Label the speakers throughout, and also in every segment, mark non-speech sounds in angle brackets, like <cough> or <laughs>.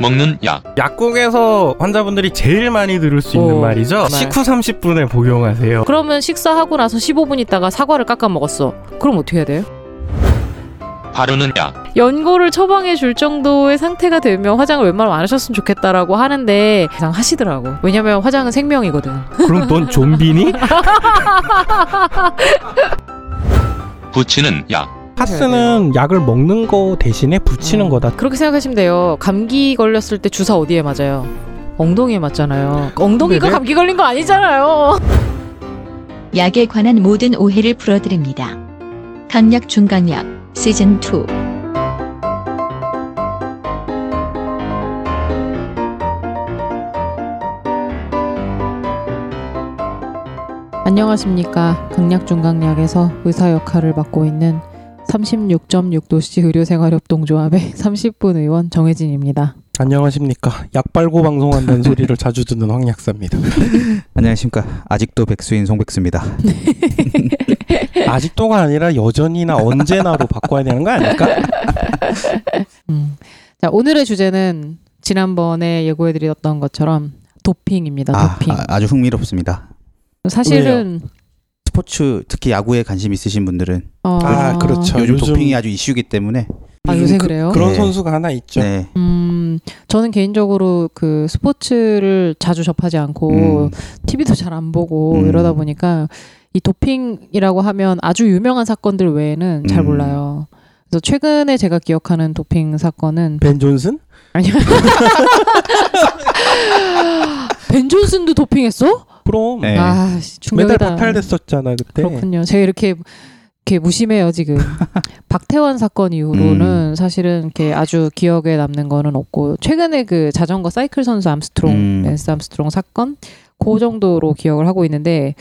Speaker 1: 먹는 약.
Speaker 2: 약국에서 환자분들이 제일 많이 들을 수 있는
Speaker 3: 오,
Speaker 2: 말이죠.
Speaker 3: 정말.
Speaker 2: 식후 30분에 복용하세요.
Speaker 3: 그러면 식사하고 나서 15분 있다가 사과를 깎아 먹었어. 그럼 어떻게 해야 돼요?
Speaker 1: 바르는 약.
Speaker 3: 연고를 처방해 줄 정도의 상태가 되면 화장을 웬만하면 안 하셨으면 좋겠다라고 하는데 그냥 하시더라고. 왜냐면 화장은 생명이거든.
Speaker 2: 그럼 넌 <laughs> 좀비니?
Speaker 1: 붙이는 약.
Speaker 2: 파스는 약을 먹는 거 대신에 붙이는
Speaker 3: 음.
Speaker 2: 거다.
Speaker 3: 그렇게 생각하시면 돼요. 감기 걸렸을 때 주사 어디에 맞아요? 엉덩이에 맞잖아요. 엉덩이가
Speaker 2: 네네.
Speaker 3: 감기 걸린 거 아니잖아요.
Speaker 4: 약에 관한 모든 오해를 풀어드립니다. 강약 중강약 시즌 2
Speaker 3: 안녕하십니까. 강약중강약에서 의사 역할을 맡고 있는 36.6도시 의료생활협동조합의 <laughs> 30분 의원 정혜진입니다.
Speaker 2: 안녕하십니까. 약 빨고 방송한다는 소리를 자주 듣는 황약사입니다.
Speaker 5: 안녕하십니까. 아직도 백수인 송백수입니다.
Speaker 2: <laughs> 아직도가 아니라 여전히나 언제나로 바꿔야 되는 거 아닐까?
Speaker 3: 음. 자, 오늘의 주제는 지난번에 예고해드렸던 것처럼 도핑입니다.
Speaker 5: 아,
Speaker 3: 도핑.
Speaker 5: 아, 주 흥미롭습니다.
Speaker 3: 사실은
Speaker 5: 스포츠 특히 야구에 관심 있으신 분들은
Speaker 2: <laughs>
Speaker 3: 어,
Speaker 2: 아, 그렇죠.
Speaker 5: 요즘,
Speaker 2: 요즘-
Speaker 5: 도핑이 아주 이슈이기 때문에
Speaker 3: 아, 요새 그래요?
Speaker 2: 그, 런
Speaker 5: 네.
Speaker 2: 선수가 하나 있죠.
Speaker 5: 네.
Speaker 3: 음, 저는 개인적으로 그 스포츠를 자주 접하지 않고
Speaker 5: 음,
Speaker 3: TV도 잘 안 보고
Speaker 5: 음.
Speaker 3: 이러다 보니까 이 도핑이라고 하면 아주 유명한 사건들 외에는 잘
Speaker 5: 음.
Speaker 3: 몰라요. 그래서 최근에 제가 기억하는 도핑 사건은
Speaker 2: 벤 존슨?
Speaker 3: 아니요. <laughs> 벤 존슨도 도핑했어?
Speaker 2: 그럼
Speaker 5: 네.
Speaker 3: 아, 씨,
Speaker 2: 메달
Speaker 3: 충격이다.
Speaker 2: 박탈됐었잖아 그때.
Speaker 3: 그렇군요. 제가 이렇게 이렇게
Speaker 2: <laughs>
Speaker 3: 무심해요 지금. 박태원 사건
Speaker 2: 음.
Speaker 3: 이후로는 사실은 이렇게 아주 기억에 남는 거는 없고 최근에 그 자전거 사이클 선수 암스트롱, 네,
Speaker 5: 음.
Speaker 3: 랜스 암스트롱 사건 그 정도로 기억을 하고 있는데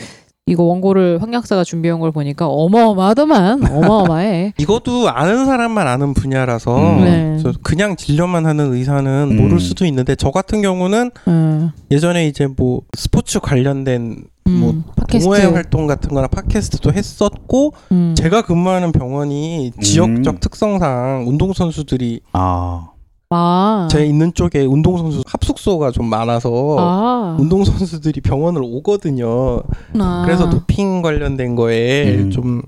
Speaker 3: 이거 원고를 황 약사가 준비한 걸 보니까
Speaker 2: <laughs>
Speaker 3: 어마어마하더만 어마어마해.
Speaker 2: 이것도 아는 사람만 아는 분야라서
Speaker 5: 음.
Speaker 3: 네.
Speaker 2: 저 그냥 진료만 하는 의사는
Speaker 5: 음.
Speaker 2: 모를 수도 있는데 저 같은 경우는
Speaker 3: 음.
Speaker 2: 예전에 이제 뭐 스포츠 관련된
Speaker 3: 음,
Speaker 2: 뭐 동호회
Speaker 3: 팟캐스트.
Speaker 2: 활동 같은 거나 팟캐스트도 했었고
Speaker 3: 음.
Speaker 2: 제가 근무하는 병원이
Speaker 5: 음.
Speaker 2: 지역적 특성상 운동선수들이
Speaker 5: 아,
Speaker 3: 아.
Speaker 2: 제 있는 쪽에 운동선수 합숙소가 좀 많아서
Speaker 3: 아.
Speaker 2: 운동선수들이 병원을 오거든요.
Speaker 3: 아.
Speaker 2: 음. 그래서 도핑 관련된 거에
Speaker 5: 음.
Speaker 2: 좀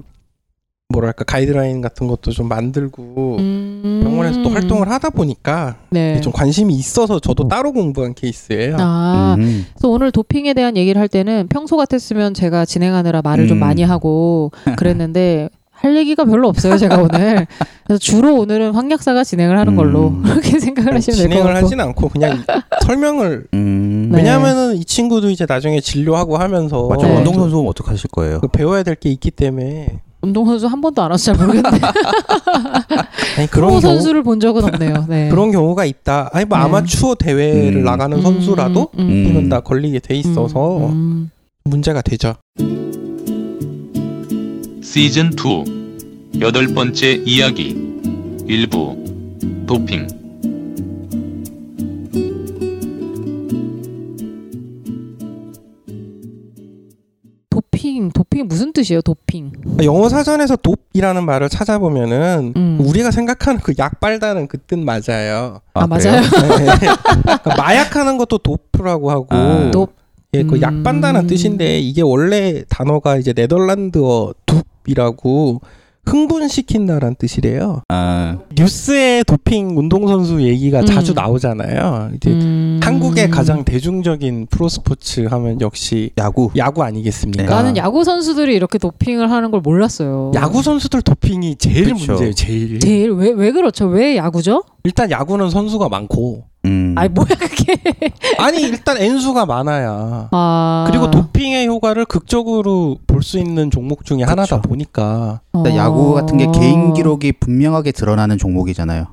Speaker 2: 뭐랄까 가이드라인 같은 것도 좀 만들고
Speaker 3: 음.
Speaker 2: 병원에서 또 활동을 하다 보니까
Speaker 3: 네. 음.
Speaker 2: 좀 관심이 있어서 저도 따로 공부한 케이스예요.
Speaker 3: 아.
Speaker 5: 음.
Speaker 3: 그래서 오늘 도핑에 대한 얘기를 할 때는 평소 같았으면 제가 진행하느라 말을 좀
Speaker 5: 음.
Speaker 2: <laughs>
Speaker 3: 많이 하고 그랬는데 할 얘기가 별로 없어요 제가 오늘 그래서 주로 오늘은 황 약사가 진행을 하는 걸로
Speaker 5: 음.
Speaker 3: 그렇게 생각을 하시면 될 것
Speaker 2: 어, 진행을
Speaker 3: 같고
Speaker 2: 하진 않고
Speaker 3: <laughs>
Speaker 2: 그냥 설명을
Speaker 5: 음.
Speaker 3: 네.
Speaker 2: 왜냐하면은 이 친구도 이제 나중에 진료하고 하면서
Speaker 5: 맞죠.
Speaker 3: 네.
Speaker 5: 운동 선수 어떻게 하실 거예요?
Speaker 2: 그 배워야 될 게 있기 때문에
Speaker 3: 운동 선수 한 번도 안 와서
Speaker 2: <laughs>
Speaker 3: 잘 모르겠는데
Speaker 2: 아니, 그런
Speaker 3: 프로
Speaker 2: 경우
Speaker 3: 선수를 본 적은 없네요 네.
Speaker 2: <laughs> 그런 경우가 있다. 아니 뭐
Speaker 3: 네.
Speaker 2: 아마추어 대회를
Speaker 5: 음.
Speaker 2: 나가는
Speaker 3: 음,
Speaker 2: 선수라도
Speaker 3: 음, 음,
Speaker 2: 이건 다 걸리게 돼 있어서
Speaker 3: 음,
Speaker 2: 문제가 되죠.
Speaker 1: 시즌 2. 여덟 번째 이야기. 일부. 도핑.
Speaker 3: 도핑 도핑이 무슨 뜻이에요 도핑
Speaker 2: 아, 영어 사전에서 돕이라는 말을 찾아보면은
Speaker 3: 음.
Speaker 2: 우리가 생각하는 그 약 빨다는 그 뜻 맞아요.
Speaker 3: 아, 맞아요
Speaker 2: 네. 그러니까 마약하는 것도 도프라고 하고
Speaker 5: 아.
Speaker 3: 돕.
Speaker 2: 예, 그
Speaker 3: 음.
Speaker 2: 약 빤다는 뜻인데 이게 원래 단어가 이제 네덜란드어 둡이라고 흥분시킨다란 뜻이래요.
Speaker 3: <laughs>
Speaker 5: 아,
Speaker 2: 뉴스에 도핑 운동선수 얘기가
Speaker 3: 음.
Speaker 2: 자주 나오잖아요. 이제
Speaker 3: 음.
Speaker 2: 한국의 가장 대중적인 프로스포츠 하면 역시
Speaker 5: 야구.
Speaker 2: 야구 아니겠습니까?
Speaker 5: 네.
Speaker 3: 그러니까 나는 야구 선수들이 이렇게 도핑을 하는 걸 몰랐어요
Speaker 2: 야구 선수들 도핑이 제일
Speaker 5: 그쵸.
Speaker 2: 문제예요. 제일.
Speaker 3: 제일 왜 왜 그렇죠 왜 야구죠
Speaker 2: 일단 야구는 선수가 많고
Speaker 5: 음.
Speaker 3: 아이 뭐야 그게
Speaker 2: 아니 일단 <laughs> N수가 많아야.
Speaker 3: 아
Speaker 2: 그리고 도핑의 효과를 극적으로 볼 수 있는 종목 중에 하나다
Speaker 5: 그쵸.
Speaker 2: 보니까
Speaker 5: 일단
Speaker 3: 어.
Speaker 5: 야구 같은 게 개인 기록이 분명하게 드러나는 종목이잖아요.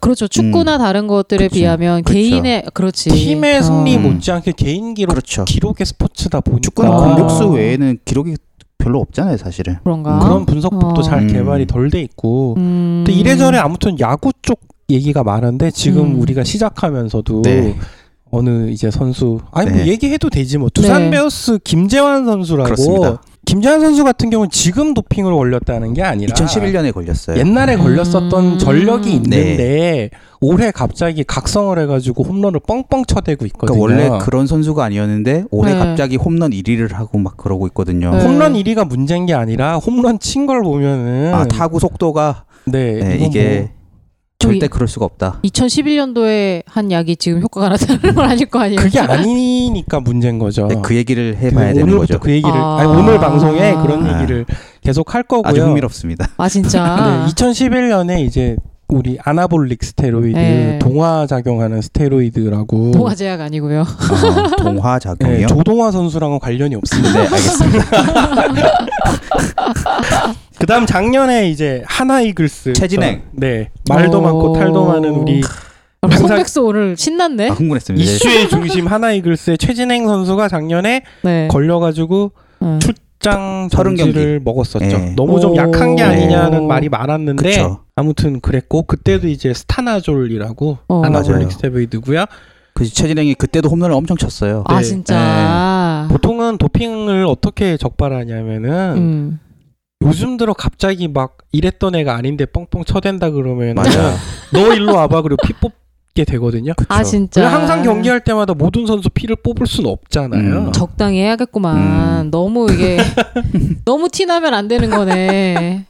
Speaker 3: 그렇죠 축구나 다른 것들에
Speaker 5: 그치.
Speaker 3: 비하면
Speaker 5: 그쵸.
Speaker 3: 개인의 그렇지
Speaker 2: 음. 팀의 승리 뭐
Speaker 5: 어.
Speaker 2: 못지않게 개인 기록
Speaker 5: 그렇죠.
Speaker 2: 기록의 스포츠다 보니까
Speaker 5: 축구는
Speaker 3: 아.
Speaker 5: 공격수 외에는 기록이 별로 없잖아요, 사실은.
Speaker 3: 그런가
Speaker 2: 그런 분석법도
Speaker 3: 어.
Speaker 2: 잘
Speaker 5: 음.
Speaker 2: 개발이 덜 돼 있고
Speaker 3: 음.
Speaker 2: 근데 이래저래 아무튼 야구 쪽 얘기가 많은데 지금
Speaker 3: 음.
Speaker 2: 우리가 시작하면서도
Speaker 5: 네.
Speaker 2: 어느 이제 선수 아니 뭐
Speaker 5: 네.
Speaker 2: 얘기해도 되지 뭐 두산
Speaker 3: 네.
Speaker 2: 베어스 김재환 선수라고
Speaker 5: 그렇습니다.
Speaker 2: 김재환 선수 같은 경우는 지금 도핑을 올렸다는 게 아니라
Speaker 5: 2011년에 걸렸어요.
Speaker 2: 옛날에 걸렸었던
Speaker 3: 음.
Speaker 5: 네.
Speaker 2: 전력이 있는데 올해 갑자기 각성을 해가지고 홈런을 뻥뻥 쳐대고 있거든요. 네.
Speaker 5: 그러니까 원래 그런 선수가 아니었는데 올해
Speaker 3: 네.
Speaker 5: 갑자기 홈런 1위를 하고 막 그러고 있거든요.
Speaker 3: 네.
Speaker 2: 홈런 1위가 문제인 게 아니라 홈런 친 걸 보면은
Speaker 5: 아 타구 속도가
Speaker 2: 네,
Speaker 5: 네,
Speaker 2: 이건
Speaker 5: 이게
Speaker 2: 뭐
Speaker 5: 절대 그럴 수가 없다.
Speaker 3: 2011년도에 한 약이 지금 효과가 나타나는 건 아닐 거 아니에요?
Speaker 2: 뭐 그게 아니니까 문제인 거죠.
Speaker 5: 네, 그 얘기를 해봐야
Speaker 2: 그
Speaker 5: 되는
Speaker 2: 오늘부터
Speaker 5: 거죠.
Speaker 2: 그 얘기를
Speaker 3: 아.
Speaker 2: 아니, 오늘 방송에 그런
Speaker 5: 아.
Speaker 2: 얘기를 계속 할 거고요.
Speaker 5: 아주 흥미롭습니다.
Speaker 3: 아
Speaker 2: <laughs>
Speaker 3: 진짜.
Speaker 2: 네, 2011년에 이제 우리 아나볼릭 스테로이드
Speaker 3: 네.
Speaker 2: 동화 작용하는 스테로이드라고
Speaker 3: 동화 제약 <laughs> 아니고요.
Speaker 5: 어, 동화 작용이요.
Speaker 2: 네, 조동화 선수랑은 관련이 없습니다.
Speaker 5: 네, 알겠습니다.
Speaker 2: <laughs> 그다음 작년에 이제 하나 이글스
Speaker 5: 최진행. 네.
Speaker 2: 네 말도
Speaker 3: 오.
Speaker 2: 많고 탈도 많은 우리
Speaker 3: 그럼
Speaker 2: <laughs> 항상-
Speaker 3: 손백수 오늘 신났네.
Speaker 5: 아, 흥분했습니다. 네.
Speaker 2: 이슈의 중심 하나 이글스의 최진행 선수가 작년에
Speaker 3: 네.
Speaker 2: 그 걸려가지고
Speaker 3: 음.
Speaker 2: 출장
Speaker 5: 서른
Speaker 2: 정지를 먹었었죠.
Speaker 5: 예.
Speaker 2: 너무 좀
Speaker 3: 오.
Speaker 2: 약한 게 아니냐는
Speaker 3: 네.
Speaker 2: 말이 많았는데
Speaker 5: 그쵸.
Speaker 2: 아무튼 그랬고 그때도 이제 스타나졸이라고
Speaker 3: 어.
Speaker 5: 맞아요.
Speaker 2: 아나졸릭 스테로이드고요.
Speaker 5: 그 최진행이 그때도 홈런을 엄청 쳤어요.
Speaker 3: 아
Speaker 2: 네.
Speaker 3: 진짜.
Speaker 2: 보통은 도핑을 어떻게 적발하냐면은
Speaker 3: 음.
Speaker 2: 요즘 들어 갑자기 막 이랬던 애가 아닌데 뻥뻥 쳐댄다
Speaker 3: 네.
Speaker 2: 그러면
Speaker 5: 맞아.
Speaker 2: 너 일로 와봐 그리고 피 뽑게 되거든요.
Speaker 3: 아 진짜.
Speaker 2: 그냥 그렇죠. 항상 경기할 때마다 모든 선수 피를 뽑을 수는 없잖아요.
Speaker 5: 음.
Speaker 3: <laughs> 적당히 해야겠구만.
Speaker 5: 음.
Speaker 3: 너무
Speaker 2: <laughs>
Speaker 3: 이게 너무 티 나면 안 되는 거네.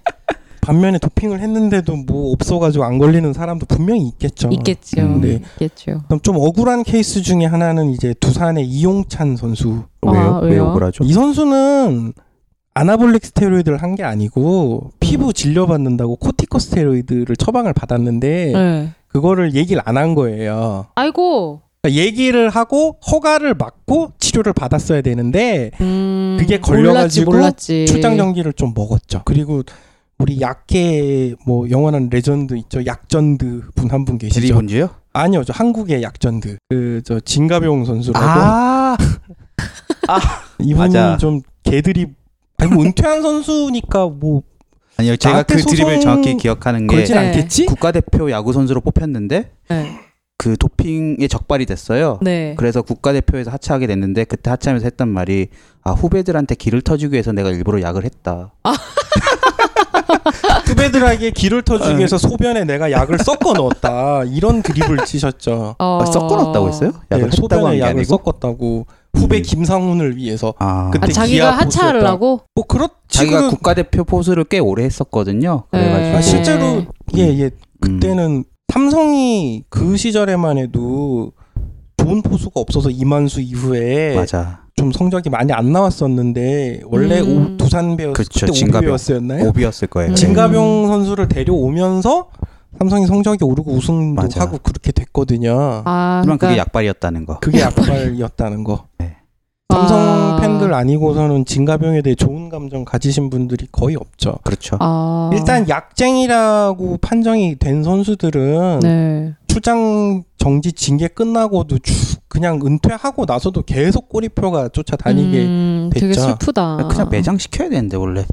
Speaker 2: 반면에 도핑을 했는데도 뭐 없어가지고 안 걸리는 사람도 분명히 있겠죠.
Speaker 3: 있겠죠.
Speaker 5: 음,
Speaker 2: 네.
Speaker 3: 있겠죠.
Speaker 2: 그럼 좀 억울한 케이스 중에 하나는 이제 두산의 이용찬 선수.
Speaker 5: 왜요?
Speaker 3: 아,
Speaker 5: 왜
Speaker 3: 왜요?
Speaker 5: 억울하죠?
Speaker 2: 이 선수는 아나볼릭 스테로이드를 한 게 아니고 피부 진료받는다고 코티코 스테로이드를 처방을 받았는데
Speaker 3: 네.
Speaker 2: 그거를 얘기를 안 한 거예요.
Speaker 3: 아이고.
Speaker 2: 그러니까 얘기를 하고 허가를 받고 치료를 받았어야 되는데
Speaker 5: 네.
Speaker 3: 음,
Speaker 2: 그게 걸려가지고
Speaker 3: 몰랐지, 몰랐지.
Speaker 2: 출장 정기를 좀 먹었죠. 그리고 우리 약계 뭐 영원한 레전드 있죠. 약전드 분 한 분 계시죠.
Speaker 5: 드리본즈요?
Speaker 2: 아니요, 저 한국의 약전드 그 저 진가병 선수라고
Speaker 5: 아,
Speaker 2: 이분이
Speaker 5: 맞아.
Speaker 2: 좀 개들이 아니 뭐 은퇴한 선수니까 뭐
Speaker 5: 아니요. 제가
Speaker 2: 나한테
Speaker 5: 그 드립을
Speaker 2: 소송
Speaker 5: 정확히 기억하는 게
Speaker 2: 그러진
Speaker 3: 네.
Speaker 2: 않겠지?
Speaker 5: 국가대표 야구 선수로 뽑혔는데
Speaker 3: 네.
Speaker 5: 그 도핑에 적발이 됐어요.
Speaker 3: 네.
Speaker 5: 그래서 국가대표에서 하차하게 됐는데 그때 하차하면서 했단 말이 아 후배들한테 기를 터주기 위해서 내가 일부러 약을 했다.
Speaker 2: 후배들에게 기를 터주기
Speaker 5: 아.
Speaker 2: 위해서 소변에 내가 약을 섞어 넣었다 이런
Speaker 5: <laughs>
Speaker 2: 드립을 치셨죠.
Speaker 3: 어...
Speaker 5: 아, 섞어 놨다고 했어요? 약을
Speaker 2: 네,
Speaker 5: 했다고 한
Speaker 2: 소변에
Speaker 5: 게
Speaker 2: 약을
Speaker 5: 아니고.
Speaker 2: 섞었다고 후배
Speaker 5: 음.
Speaker 2: 김상훈을 위해서
Speaker 5: 아,
Speaker 2: 그때
Speaker 3: 아,
Speaker 2: 기아
Speaker 3: 자기가 하차를
Speaker 2: 보수였다.
Speaker 3: 하고
Speaker 2: 뭐 그렇지
Speaker 5: 자기가
Speaker 2: 그-
Speaker 5: 국가대표 포수를 꽤 오래 했었거든요.
Speaker 3: 네.
Speaker 5: 그래가지고
Speaker 2: 아, 실제로 예예
Speaker 5: 음.
Speaker 2: 그때는 삼성이 그 시절에만 해도 좋은 포수가 없어서 이만수 이후에
Speaker 5: 맞아
Speaker 2: 좀 성적이 많이 안 나왔었는데 원래
Speaker 3: 음.
Speaker 2: 오- 두산 베어스
Speaker 5: 그쵸,
Speaker 2: 그때
Speaker 5: 진가병.
Speaker 2: 오비베어스였나요? 네.
Speaker 5: 오비였을 네. 거예요.
Speaker 3: 음. 진-
Speaker 2: 진가병 선수를 데려오면서 삼성이 성적이 오르고 우승도
Speaker 5: 맞아.
Speaker 2: 하고 그렇게 됐거든요.
Speaker 3: 아,
Speaker 5: 하지만
Speaker 3: 그러니까
Speaker 5: 그게 약발이었다는 거.
Speaker 2: 그게 약발이었다는 거.
Speaker 5: 네.
Speaker 2: 삼성
Speaker 3: 아.
Speaker 2: 팬들 아니고서는 진가병에 대해 좋은 감정 가지신 분들이 거의 없죠.
Speaker 5: 그렇죠.
Speaker 3: 아.
Speaker 2: 일단 약쟁이라고 판정이 된 선수들은
Speaker 3: 네.
Speaker 2: 출장 정지 징계 끝나고도 쭉 그냥 은퇴하고 나서도 계속 꼬리표가 쫓아다니게
Speaker 3: 음, 되게
Speaker 2: 됐죠.
Speaker 3: 슬프다.
Speaker 5: 그냥 매장 시켜야 되는데 원래.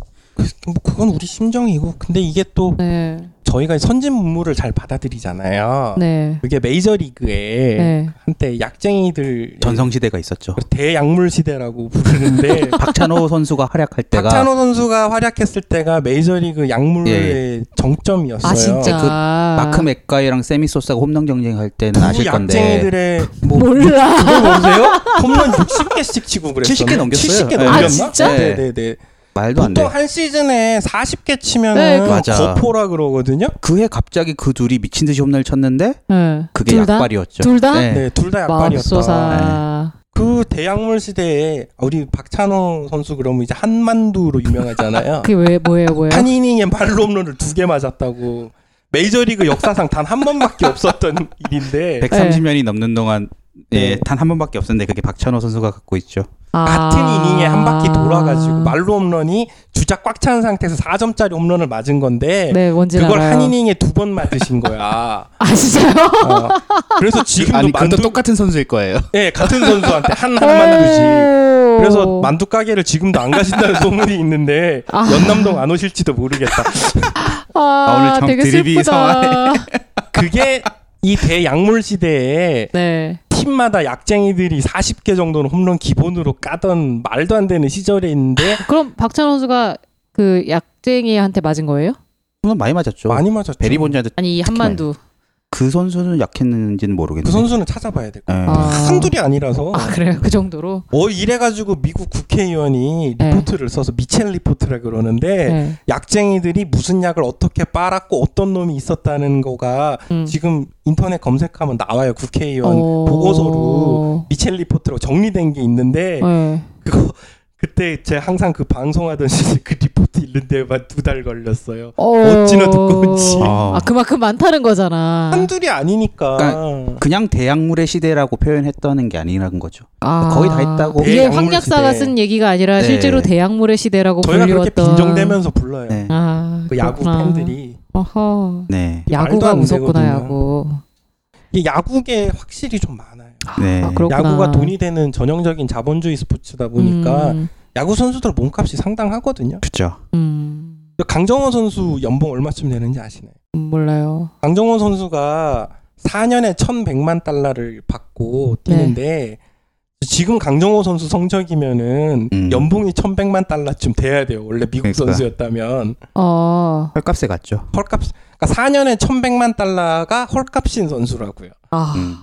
Speaker 2: 뭐 그건 우리 심정이고 근데 이게 또
Speaker 3: 네.
Speaker 2: 저희가 선진 문물을 잘 받아들이잖아요.
Speaker 3: 네.
Speaker 2: 그게 메이저리그에
Speaker 3: 네.
Speaker 2: 한때 약쟁이들
Speaker 5: 전성시대가 있었죠.
Speaker 2: 대약물 시대라고
Speaker 3: <laughs>
Speaker 2: 부르는데
Speaker 5: 박찬호 <laughs> 선수가 활약할 때가
Speaker 2: 그렇죠. 박찬호 선수가 활약했을 때가 메이저리그 약물의 정점이었어요.
Speaker 3: 예, 아 진짜.
Speaker 5: 그 마크 맥가이랑 세미 소스가 홈런 경쟁할 때는
Speaker 2: 그
Speaker 5: 아실
Speaker 2: 두
Speaker 5: 건데
Speaker 2: 약쟁이들의 뭐
Speaker 3: 몰라.
Speaker 2: 그걸 모르세요?
Speaker 3: <laughs>
Speaker 2: 홈런 60개씩 치고 그랬어요.
Speaker 5: 70개 넘겼어요.
Speaker 2: 70개
Speaker 5: 네.
Speaker 2: 넘겼나?
Speaker 3: 아, 진짜?
Speaker 5: 네.
Speaker 2: 네네네.
Speaker 5: 말도 안 돼.
Speaker 2: 보통 한 시즌에 40개 치면은
Speaker 3: 네, 그-
Speaker 5: 맞아.
Speaker 2: 거포라 그러거든요.
Speaker 5: 그해 갑자기 그 둘이 미친 듯이 홈런을 쳤는데
Speaker 3: 네.
Speaker 5: 그게
Speaker 3: 둘 다?
Speaker 5: 약발이었죠.
Speaker 3: 둘 다?
Speaker 5: 네.
Speaker 2: 네, 둘 다 약발이었다.
Speaker 3: 마법소사.
Speaker 2: 그 대약물 시대에 우리 박찬호 선수 그러면 이제 한만두로 유명하잖아요.
Speaker 3: <laughs> 그게 왜 뭐예요, 뭐예요?
Speaker 2: 한 이닝에 발로 홈런을 두 개 맞았다고 메이저리그 역사상 단 한 번밖에 없었던 <laughs> 일인데
Speaker 5: 130년이 넘는 동안 예,
Speaker 2: 네.
Speaker 5: 단 한 번밖에 없었는데 그게 박찬호 선수가 갖고 있죠.
Speaker 3: 아.
Speaker 2: 같은 이닝에 한 바퀴 돌아가지고 말로 홈런이 주자 꽉 찬 상태에서 4점짜리 홈런을 맞은 건데
Speaker 3: 네, 뭔지
Speaker 2: 그걸
Speaker 3: 알아요.
Speaker 2: 한 이닝에 두 번 맞으신
Speaker 3: <laughs>
Speaker 2: 거야.
Speaker 3: 아 진짜요?
Speaker 2: 어. 그래서 지금도 만두
Speaker 5: 똑같은 선수일 거예요.
Speaker 2: 예, 같은 선수한테 한 한만두씩.
Speaker 3: 오.
Speaker 2: 그래서 만두 가게를 지금도 안
Speaker 3: <laughs>
Speaker 2: 가신다는 소문이 있는데
Speaker 3: 아.
Speaker 2: 연남동 안 오실지도 모르겠다.
Speaker 3: 아,
Speaker 5: 오늘 참
Speaker 3: 되게
Speaker 5: 드립이
Speaker 3: 슬프다.
Speaker 5: 이상하네.
Speaker 2: 그게 이 대약물 시대에
Speaker 3: <laughs> 네.
Speaker 2: 팀마다 약쟁이들이 40개 정도는 홈런 기본으로 까던 말도 안 되는 시절인데
Speaker 5: 아,
Speaker 3: 그럼 박찬호 선수가 그 약쟁이한테 맞은 거예요?
Speaker 5: 물론 많이 맞았죠.
Speaker 2: 많이 맞았죠.
Speaker 5: 베리본즈한테
Speaker 3: 아니 이 한만두.
Speaker 5: 그 선수는 약했는지는 모르겠는데.
Speaker 2: 그 선수는 찾아봐야 될 거예요.
Speaker 5: 예.
Speaker 3: 아.
Speaker 2: 한둘이 아니라서
Speaker 3: 아 그래요? 그 정도로.
Speaker 2: 어 이래가지고 미국 국회의원이
Speaker 3: 네.
Speaker 2: 리포트를 써서 미첼 리포트라 그러는데
Speaker 3: 네.
Speaker 2: 약쟁이들이 무슨 약을 어떻게 빨았고 어떤 놈이 있었다는 거가
Speaker 3: 음.
Speaker 2: 지금 인터넷 검색하면 나와요 국회의원
Speaker 3: 어.
Speaker 2: 보고서로 미첼 리포트로 정리된 게 있는데
Speaker 3: 네.
Speaker 2: 그거 <laughs> 그때 제가 항상 그 방송하던 시즌 그 리포트 읽는 데만 두 달 걸렸어요
Speaker 3: 어.
Speaker 2: 어찌나 두꺼운지.
Speaker 5: 아.
Speaker 3: 아 그만큼 많다는 거잖아.
Speaker 2: 한둘이 아니니까
Speaker 5: 그냥 대약물의 시대라고 표현했다는 게 아니라는 거죠.
Speaker 3: 아.
Speaker 5: 거의 다 했다고.
Speaker 3: 이게
Speaker 2: 대약물
Speaker 3: 황약사가
Speaker 2: 시대.
Speaker 3: 쓴 얘기가 아니라
Speaker 5: 네.
Speaker 3: 실제로 대약물의 시대라고
Speaker 2: 저희가 그렇게
Speaker 3: 불리웠던.
Speaker 2: 빈정대면서 불러요
Speaker 5: 네.
Speaker 3: 아,
Speaker 2: 그 야구
Speaker 3: 그렇구나.
Speaker 2: 팬들이
Speaker 3: 어허.
Speaker 5: 네.
Speaker 2: 말도
Speaker 3: 야구가
Speaker 2: 안
Speaker 3: 무섭구나
Speaker 2: 되거든요.
Speaker 3: 야구.
Speaker 2: 이게 야구계 확실히 좀 많아요
Speaker 5: 네.
Speaker 3: 아, 그렇구나.
Speaker 2: 야구가 돈이 되는 전형적인 자본주의 스포츠다 보니까
Speaker 3: 음,
Speaker 2: 야구 선수들 몸값이 상당하거든요.
Speaker 5: 그죠.
Speaker 3: 음,
Speaker 2: 강정호 선수 연봉 얼마쯤 되는지 아시나요?
Speaker 3: 음, 몰라요.
Speaker 2: 강정호 선수가 4년에 1,100만 달러를 받고
Speaker 3: 네.
Speaker 2: 뛰는데 지금 강정호 선수 성적이면은
Speaker 5: 음.
Speaker 2: 연봉이 1,100만 달러쯤 돼야 돼요. 원래 미국
Speaker 5: 그러니까.
Speaker 2: 선수였다면
Speaker 3: 어.
Speaker 5: 헐값에 갔죠.
Speaker 2: 헐값 그러니까 4년에 1,100만 달러가 헐값인 선수라고요.
Speaker 3: 아.
Speaker 5: 음.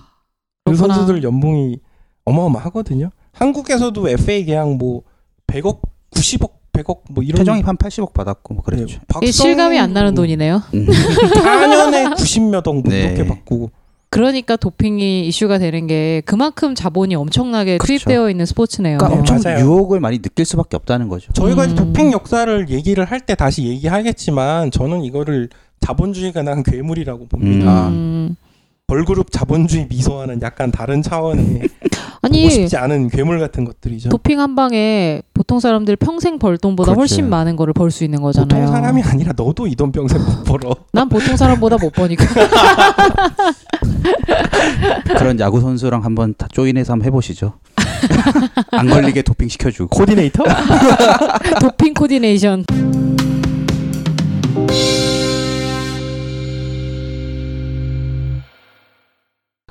Speaker 2: 그
Speaker 3: 그렇구나.
Speaker 2: 선수들 연봉이 어마어마하거든요. 한국에서도 FA 계약 뭐 100억, 90억, 100억 뭐 이런
Speaker 5: 최정이 한 80억 받았고 뭐 그랬죠. 음.
Speaker 2: 네, 박성호 음.
Speaker 3: 이 실감이 안 나는 돈이네요.
Speaker 2: 4년에 90몇 억뭐
Speaker 5: <laughs> 네.
Speaker 2: 이렇게 받고
Speaker 3: 그러니까 도핑이 이슈가 되는 게 그만큼 자본이 엄청나게
Speaker 5: 그렇죠.
Speaker 3: 투입되어 있는 스포츠네요.
Speaker 5: 그러니까
Speaker 2: 네,
Speaker 5: 엄청
Speaker 2: 맞아요.
Speaker 5: 유혹을 많이 느낄 수밖에 없다는 거죠.
Speaker 2: 저희가
Speaker 3: 음.
Speaker 2: 이제 도핑 역사를 얘기를 할 때 다시 얘기하겠지만 저는 이거를 자본주의가 난 괴물이라고 봅니다.
Speaker 5: 음. 아.
Speaker 3: 음.
Speaker 2: 벌그룹 자본주의 미소와는 약간 다른 차원의 보고
Speaker 3: 아니
Speaker 2: 싶지 않은 괴물 같은 것들이죠.
Speaker 3: 도핑 한 방에 보통 사람들 평생 벌 돈보다
Speaker 5: 그렇지.
Speaker 3: 훨씬 많은 거를 벌 수 있는 거잖아요.
Speaker 2: 보통 사람이 아니라 너도 이 돈 평생 못
Speaker 3: <laughs>
Speaker 2: 벌어.
Speaker 3: 난 보통 사람보다 못 버니까. <laughs>
Speaker 5: 그런 야구 선수랑 한번 다 조인해서 한번 해보시죠. <laughs> 안 걸리게 도핑 시켜주고.
Speaker 2: 코디네이터?
Speaker 3: 도핑 코디네이션.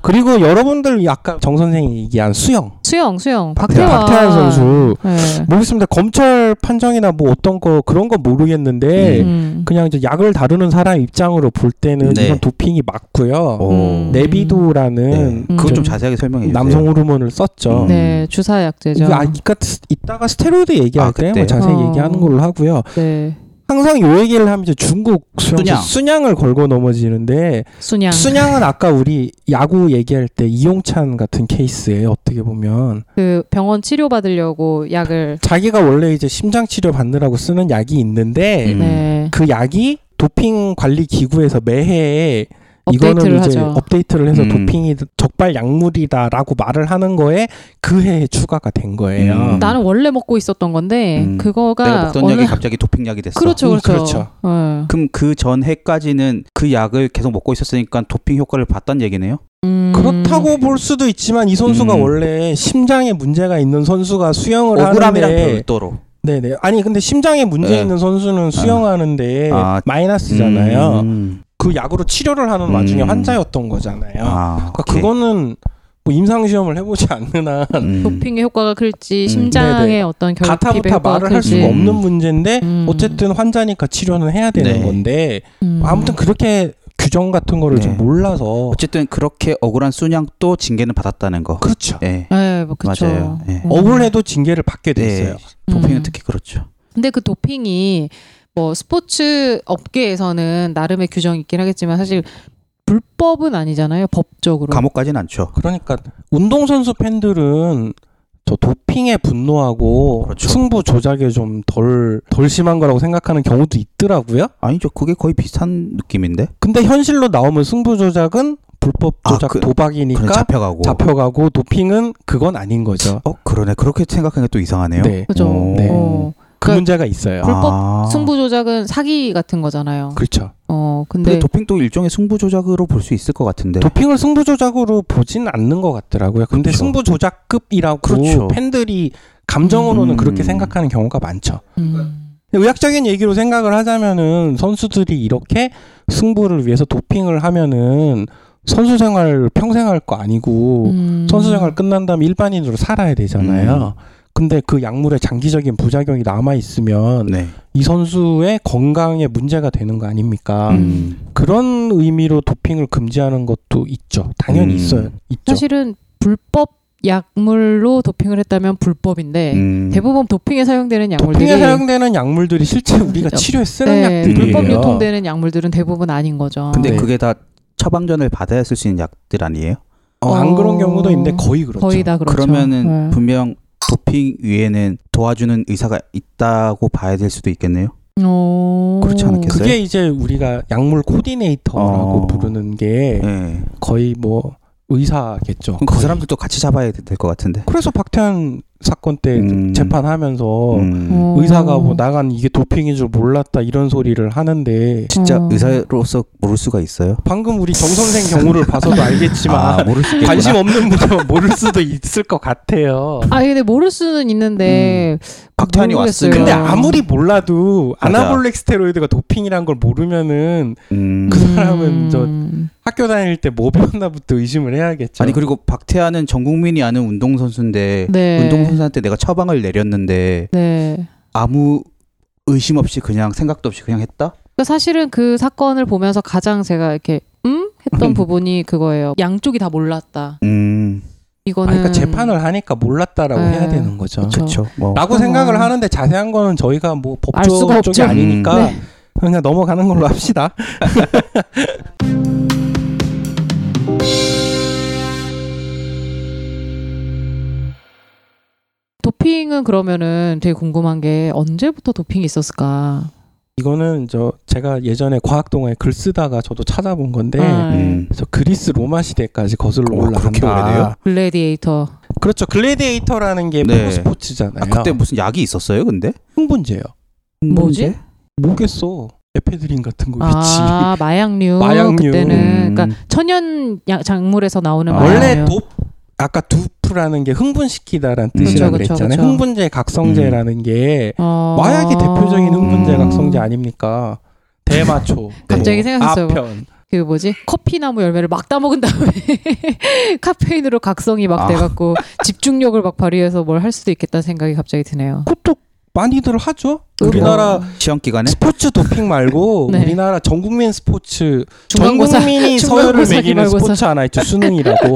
Speaker 2: 그리고 여러분들 아까 정 선생이 얘기한 수영
Speaker 3: 수영, 수영. 박태환.
Speaker 2: 박태환 선수
Speaker 3: 네.
Speaker 2: 모르겠습니다. 검찰 판정이나 뭐 어떤 거 그런 건 모르겠는데
Speaker 3: 음.
Speaker 2: 그냥 이제 약을 다루는 사람 입장으로 볼 때는
Speaker 5: 네.
Speaker 2: 이건 도핑이 맞고요.
Speaker 5: 오.
Speaker 3: 네.
Speaker 5: 네.
Speaker 2: 네비도라는
Speaker 5: 그거
Speaker 3: 음.
Speaker 5: 좀 자세하게 설명해 주세요.
Speaker 2: 남성 호르몬을 썼죠.
Speaker 5: 예, 음.
Speaker 3: 네, 주사 약제죠.
Speaker 2: 이거 아, 이따, 이따가 스테로이드 얘기할
Speaker 5: 아,
Speaker 2: 때
Speaker 5: 그때?
Speaker 2: 뭐 자세히
Speaker 3: 어.
Speaker 2: 얘기하는 걸로 하고요.
Speaker 3: 네.
Speaker 2: 항상 요 얘기를 하면 이제 중국 수영수
Speaker 5: 순양.
Speaker 2: 순양. 을 걸고 넘어지는데
Speaker 3: 순양.
Speaker 2: 순양은 아까 우리 야구 얘기할 때 이용찬 같은 케이스예요. 어떻게 보면
Speaker 3: 그 병원 치료 받으려고 약을
Speaker 2: 자기가 원래 이제 심장 치료 받느라고 쓰는 약이 있는데
Speaker 5: 음.
Speaker 3: 네.
Speaker 2: 그 약이 도핑 관리 기구에서 매해 이거는
Speaker 3: 업데이트를
Speaker 2: 이제
Speaker 3: 하죠.
Speaker 2: 업데이트를 해서
Speaker 5: 음.
Speaker 2: 도핑이 적발 약물이다라고 말을 하는 거에 그 해에 추가가 된 거예요.
Speaker 5: 음.
Speaker 3: 나는 원래 먹고 있었던 건데
Speaker 5: 음. 내가
Speaker 3: 그거가
Speaker 5: 먹던
Speaker 3: 어느-
Speaker 5: 약이 갑자기 도핑약이
Speaker 3: 아,
Speaker 5: 됐어.
Speaker 3: <laughs> 그렇죠,
Speaker 2: 음,
Speaker 3: 그렇죠.
Speaker 2: 그렇죠.
Speaker 3: 예.
Speaker 5: 그럼 그 전 해까지는 그 약을 계속 먹고 있었으니까 도핑 효과를 봤단 얘기네요.
Speaker 3: 음.
Speaker 2: 그렇다고 볼 수도 있지만 이 선수가
Speaker 5: 음.
Speaker 2: 원래 심장에 문제가 있는 선수가 수영을
Speaker 5: 억울함이랑
Speaker 2: 하는데
Speaker 5: 별도로.
Speaker 2: 네네 아니 근데 심장에 문제
Speaker 5: 네.
Speaker 2: 있는 선수는 수영하는데
Speaker 5: 아.
Speaker 2: 마이너스잖아요.
Speaker 5: 음.
Speaker 2: 그 약으로 치료를 하는 와중에
Speaker 5: 음.
Speaker 2: 환자였던 거잖아요.
Speaker 5: 아,
Speaker 2: 그러니까 그거는 뭐 임상 시험을 해보지 않는 한
Speaker 3: 도핑의 효과가 클지
Speaker 5: 음.
Speaker 3: 심장의
Speaker 2: 네네.
Speaker 3: 어떤 결핍의
Speaker 2: 가타부타
Speaker 3: 효과가
Speaker 2: 말을 할
Speaker 3: 클지
Speaker 2: 수가 없는 문제인데
Speaker 3: 음.
Speaker 2: 어쨌든 환자니까 치료는 해야 되는
Speaker 5: 네.
Speaker 2: 건데
Speaker 3: 음.
Speaker 2: 아무튼 그렇게 규정 같은 거를
Speaker 5: 네.
Speaker 2: 좀 몰라서
Speaker 5: 어쨌든 그렇게 억울한 순양 또 징계는 받았다는 거.
Speaker 2: 그렇죠.
Speaker 5: 예.
Speaker 3: 예, 뭐 그쵸.
Speaker 5: 맞아요. 예.
Speaker 3: 음.
Speaker 2: 억울해도 징계를 받게 됐어요.
Speaker 5: 예. 도핑은
Speaker 3: 음.
Speaker 5: 특히 그렇죠.
Speaker 3: 근데 그 도핑이 뭐 스포츠 업계에서는 나름의 규정이 있긴 하겠지만 사실 불법은 아니잖아요.
Speaker 2: 음.
Speaker 3: 법적으로.
Speaker 5: 감옥까지는 않죠.
Speaker 2: 그러니까 운동 선수 팬들은 저 도핑에 분노하고
Speaker 5: 그렇죠.
Speaker 2: 승부 조작에 좀 덜 덜 심한 거라고 생각하는 경우도 있더라고요.
Speaker 5: 아니죠. 그게 거의 비슷한 느낌인데.
Speaker 2: 근데 현실로 나오면 승부 조작은 불법
Speaker 5: 아,
Speaker 2: 조작
Speaker 5: 그-
Speaker 2: 도박이니까
Speaker 5: 그냥 잡혀가고.
Speaker 2: 그러니까 잡혀가고 도핑은 그건 아닌 거죠.
Speaker 5: 어 그러네. 그렇게 생각하는 게 또 이상하네요.
Speaker 2: 네.
Speaker 3: 그죠.
Speaker 5: 오.
Speaker 2: 네.
Speaker 3: 어.
Speaker 2: 그
Speaker 3: 그러니까-
Speaker 2: 문제가 있어요.
Speaker 3: 불법
Speaker 5: 아.
Speaker 3: 승부 조작은 사기 같은 거잖아요.
Speaker 2: 네. 그렇죠.
Speaker 3: 어,
Speaker 5: 근데
Speaker 3: 근데
Speaker 5: 도핑도 일종의 승부 조작으로 볼 수 있을 것 같은데.
Speaker 2: 도핑을 승부 조작으로 보진 않는 것 같더라고요. 근데
Speaker 5: 네. 그렇죠.
Speaker 2: 승부 조작급이라고
Speaker 5: 그렇죠.
Speaker 2: 팬들이 감정으로는
Speaker 5: 음.
Speaker 2: 그렇게 생각하는 경우가 많죠.
Speaker 3: 음.
Speaker 2: 의학적인 얘기로 생각을 하자면은 선수들이 이렇게 승부를 위해서 도핑을 하면은 선수 생활 평생 할 거 아니고
Speaker 3: 음.
Speaker 2: 뭐 선수 생활 끝난 다음에 일반인으로 살아야 되잖아요.
Speaker 5: 음.
Speaker 2: 근데 그 약물의 장기적인 부작용이 남아 있으면
Speaker 5: 네.
Speaker 2: 이 선수의 건강에 문제가 되는 거 아닙니까?
Speaker 5: 음.
Speaker 2: 그런 의미로 도핑을 금지하는 것도 있죠. 당연히
Speaker 5: 음.
Speaker 2: 있어요. 있죠.
Speaker 3: 사실은 불법 약물로 도핑을 했다면 불법인데
Speaker 5: 음.
Speaker 3: 네. 대부분 도핑에 사용되는 약물들이
Speaker 2: 도핑에 사용되는 약물들이 실제 우리가 치료에 쓰는
Speaker 3: 네,
Speaker 2: 약들이에요.
Speaker 3: 불법 유통되는 약물들은 대부분 아닌 거죠.
Speaker 5: 근데
Speaker 2: 네.
Speaker 5: 그게 다 처방전을 받아야 쓸 수 있는 약들 아니에요?
Speaker 2: 어, 안 그런 경우도 있는데 거의 그렇죠.
Speaker 3: 거의 다 그렇죠.
Speaker 5: 러면은
Speaker 3: 네.
Speaker 5: 분명 도핑 위에는 도와주는 의사가 있다고 봐야 될 수도 있겠네요.
Speaker 3: 어.
Speaker 5: 그렇지 않았겠어요?
Speaker 2: 그게 이제 우리가 약물 코디네이터라고
Speaker 5: 어.
Speaker 2: 부르는 게
Speaker 5: 네.
Speaker 2: 거의 뭐 의사겠죠.
Speaker 5: 그럼 그
Speaker 2: 거의.
Speaker 5: 사람들도 같이 잡아야 될 것 같은데.
Speaker 2: 그래서 박태환 사건 때
Speaker 5: 음.
Speaker 2: 재판하면서
Speaker 5: 음.
Speaker 3: 어.
Speaker 2: 의사가 뭐 나간 이게 도핑인 줄 몰랐다 이런 소리를 하는데
Speaker 5: 진짜
Speaker 3: 어.
Speaker 5: 의사로서 모를 수가 있어요?
Speaker 2: 방금 우리 정 선생 경우를 봐서도
Speaker 5: <laughs> 아,
Speaker 2: 알겠지만
Speaker 5: 모를 수 있겠구나.
Speaker 2: 관심 없는 분은 모를 수도 있을 것 같아요.
Speaker 3: 아 근데 모를 수는
Speaker 5: 음.
Speaker 3: 있는데
Speaker 5: 박태환이
Speaker 3: 모르겠어요.
Speaker 5: 왔으면
Speaker 2: 근데 아무리 몰라도
Speaker 5: 그러니까. 맞아.
Speaker 2: 아나볼릭 스테로이드가 도핑이란 걸 모르면은
Speaker 5: 음.
Speaker 2: 그 사람은 저-
Speaker 3: 음.
Speaker 2: 학교 다닐 때 뭐 배웠나부터 의심을 해야겠죠.
Speaker 5: 아니 그리고 박태환은 전 국민이 아는 운동 선수인데
Speaker 3: 네.
Speaker 5: 운동 선수한테 내가 처방을 내렸는데
Speaker 3: 네.
Speaker 5: 아무 의심 없이 그냥 생각도 없이 그냥 했다?
Speaker 3: 그러니까 사실은 그 사건을 보면서 가장 제가 이렇게 음 했던 부분이 그거예요. 양쪽이 다 몰랐다.
Speaker 5: 음.
Speaker 3: 이거는
Speaker 2: 아니, 그러니까 재판을 하니까 몰랐다라고
Speaker 3: 네.
Speaker 2: 해야 되는 거죠.
Speaker 3: 그쵸.
Speaker 5: 그렇죠. 뭐
Speaker 2: 라고
Speaker 3: 어.
Speaker 2: 생각을 하는데 자세한 거는 저희가 뭐
Speaker 3: 알
Speaker 2: 법조
Speaker 3: 수가
Speaker 2: 쪽이
Speaker 3: 없죠.
Speaker 2: 아니니까
Speaker 3: 네.
Speaker 2: 그냥 넘어가는 걸로 합시다.
Speaker 3: 도핑은 그러면은 되게 궁금한 게 언제부터 도핑이 있었을까?
Speaker 2: 이거는 저 제가 예전에 과학 동화에 글 쓰다가 저도 찾아본 건데
Speaker 3: 아,
Speaker 5: 음.
Speaker 2: 그래서 그리스 로마 시대까지 거슬러
Speaker 5: 와,
Speaker 2: 올라간다.
Speaker 5: 그렇게 오래돼요?
Speaker 3: 글래디에이터.
Speaker 2: 그렇죠. 글래디에이터라는 게
Speaker 5: 네.
Speaker 2: 프로 스포츠잖아요.
Speaker 5: 아, 그때 무슨 약이 있었어요, 근데?
Speaker 2: 흥분제요.
Speaker 3: 뭐지?
Speaker 2: 뭐겠어? 에페드린 같은 거 있지.
Speaker 3: 아 마약류.
Speaker 2: 마약류.
Speaker 3: 그때는
Speaker 5: 음.
Speaker 3: 그러니까 천연 약 작물에서 나오는
Speaker 5: 아.
Speaker 2: 원래
Speaker 3: 마약류.
Speaker 2: 돕 아까 두프라는 게 흥분시키다라는
Speaker 5: 음.
Speaker 2: 뜻이라고
Speaker 3: 그쵸, 그쵸,
Speaker 2: 그랬잖아요.
Speaker 3: 그쵸.
Speaker 2: 흥분제 각성제라는 게
Speaker 3: 어.
Speaker 2: 마약이 대표적인
Speaker 5: 음.
Speaker 2: 흥분제 각성제 아닙니까? 대마초,
Speaker 3: <laughs>
Speaker 2: 뭐
Speaker 3: 갑자기 생각했어요.
Speaker 2: 아편,
Speaker 3: 그 뭐지 커피나무 열매를 막 따먹은 다음에 <laughs> 카페인으로 각성이 막
Speaker 5: 아.
Speaker 3: 돼갖고 집중력을 막 발휘해서 뭘 할 수도 있겠다는 생각이 갑자기 드네요.
Speaker 2: 그것도 많이들 하죠. 우리나라
Speaker 5: 시험 기간에?
Speaker 2: 스포츠 도핑 말고
Speaker 3: <laughs> 네.
Speaker 2: 우리나라 전 국민 스포츠 전
Speaker 3: 중간고사
Speaker 2: 국민이 서열을
Speaker 3: 중간고사,
Speaker 2: 매기는
Speaker 3: 기말고사.
Speaker 2: 스포츠 하나 있죠. 수능이라고.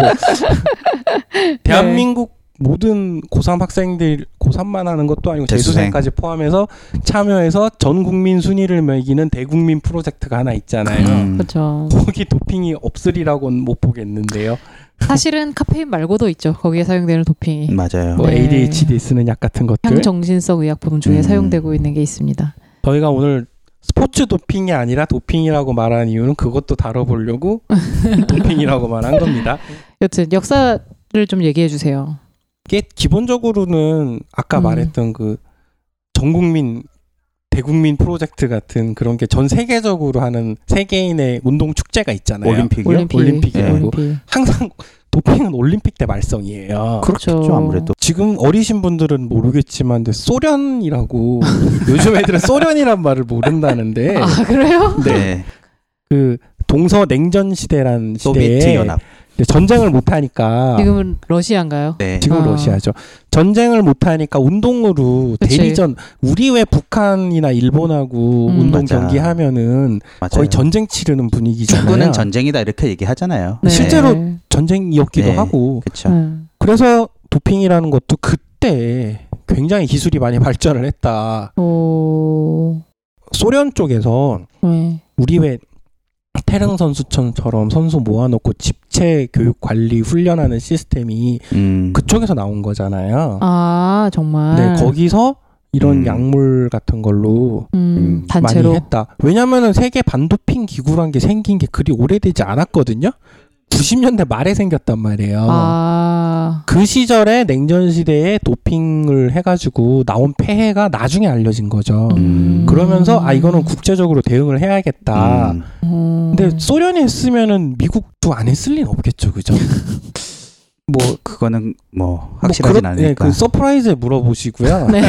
Speaker 3: <laughs>
Speaker 2: <laughs> 대한민국 모든 고3 학생들 고3만 하는 것도 아니고
Speaker 5: 재수생.
Speaker 2: 재수생까지 포함해서 참여해서 전 국민 순위를 매기는 대국민 프로젝트가 하나 있잖아요.
Speaker 5: 음.
Speaker 3: 그렇죠.
Speaker 2: 거기 도핑이 없으리라고는 못 보겠는데요.
Speaker 3: 사실은 카페인 말고도 있죠. 거기에 사용되는 도핑이
Speaker 5: 맞아요.
Speaker 2: 뭐
Speaker 3: 네.
Speaker 2: ADHD 쓰는 약 같은 것들.
Speaker 3: 향정신성 의약품 중에
Speaker 5: 음.
Speaker 3: 사용되고 있는 게 있습니다.
Speaker 2: 저희가 오늘 스포츠 도핑이 아니라 도핑이라고 말한 이유는 그것도
Speaker 3: <laughs>
Speaker 2: 다뤄보려고 도핑이라고 말한 겁니다.
Speaker 3: 여튼 역사를 좀 얘기해 주세요.
Speaker 2: 이게 기본적으로는 아까
Speaker 3: 음.
Speaker 2: 말했던 그 전국민 대국민 프로젝트 같은 그런 게 전 세계적으로 하는 세계인의 운동 축제가 있잖아요.
Speaker 5: 올림픽이요?
Speaker 3: 올림픽, 네,
Speaker 2: 올림픽이라고.
Speaker 3: 올림픽.
Speaker 2: 항상 도핑은 올림픽 때 말썽이에요.
Speaker 3: 그렇죠.
Speaker 5: 그렇겠죠, 아무래도.
Speaker 2: 지금 어리신 분들은 모르겠지만 근데 소련이라고 요즘 애들은 소련이란 말을 모른다는데
Speaker 3: 아 그래요?
Speaker 5: 네.
Speaker 2: 그 동서 냉전 시대란
Speaker 5: 소비에트
Speaker 2: 시대에
Speaker 5: 연합.
Speaker 2: 이제 전쟁을 못 하니까
Speaker 3: 지금은 러시아인가요?
Speaker 5: 네.
Speaker 2: 지금
Speaker 3: 아.
Speaker 2: 러시아죠. 전쟁을 못 하니까 운동으로
Speaker 3: 그치.
Speaker 2: 대리전 우리 왜 북한이나 일본하고
Speaker 3: 음.
Speaker 2: 운동
Speaker 5: 맞아.
Speaker 2: 경기 하면은
Speaker 5: 맞아요.
Speaker 2: 거의 전쟁 치르는 분위기잖아요.
Speaker 5: 축구는 전쟁이다 이렇게 얘기하잖아요.
Speaker 3: 네.
Speaker 2: 실제로 전쟁이었기도
Speaker 5: 네.
Speaker 2: 하고
Speaker 5: 그렇죠.
Speaker 3: 네.
Speaker 2: 그래서 도핑이라는 것도 그때 굉장히 기술이 많이 <laughs> 발전을 했다.
Speaker 3: 오.
Speaker 2: 소련 쪽에서
Speaker 3: 네.
Speaker 2: 우리 왜 태릉 선수촌처럼 선수 모아놓고 집체 교육 관리 훈련하는 시스템이
Speaker 5: 음.
Speaker 2: 그쪽에서 나온 거잖아요.
Speaker 3: 아 정말.
Speaker 2: 어. 네, 거기서 이런
Speaker 5: 음.
Speaker 2: 약물 같은 걸로
Speaker 3: 음,
Speaker 5: 음,
Speaker 3: 단체로.
Speaker 2: 많이 했다. 왜냐면은 세계 반도핑 기구란 게 생긴 게 그리 오래되지 않았거든요. 90년대 말에 생겼단 말이에요.
Speaker 3: 아.
Speaker 2: 그 시절에 냉전 시대에 도핑을 해가지고 나온 폐해가 나중에 알려진 거죠.
Speaker 5: 음.
Speaker 2: 어. 그러면서 아 이거는 국제적으로 대응을 해야겠다.
Speaker 5: 음.
Speaker 3: 음. <laughs>
Speaker 2: 근데 소련이 했으면은 미국도 안 했을 리는 없겠죠, 그죠? 뭐
Speaker 5: 그거는 뭐
Speaker 2: 뭐
Speaker 5: 그렇죠. 확실하진
Speaker 2: 그렇- 네,
Speaker 5: 않으니까.
Speaker 2: 그 서프라이즈에
Speaker 3: <laughs>
Speaker 2: 물어보시고요.
Speaker 3: 네.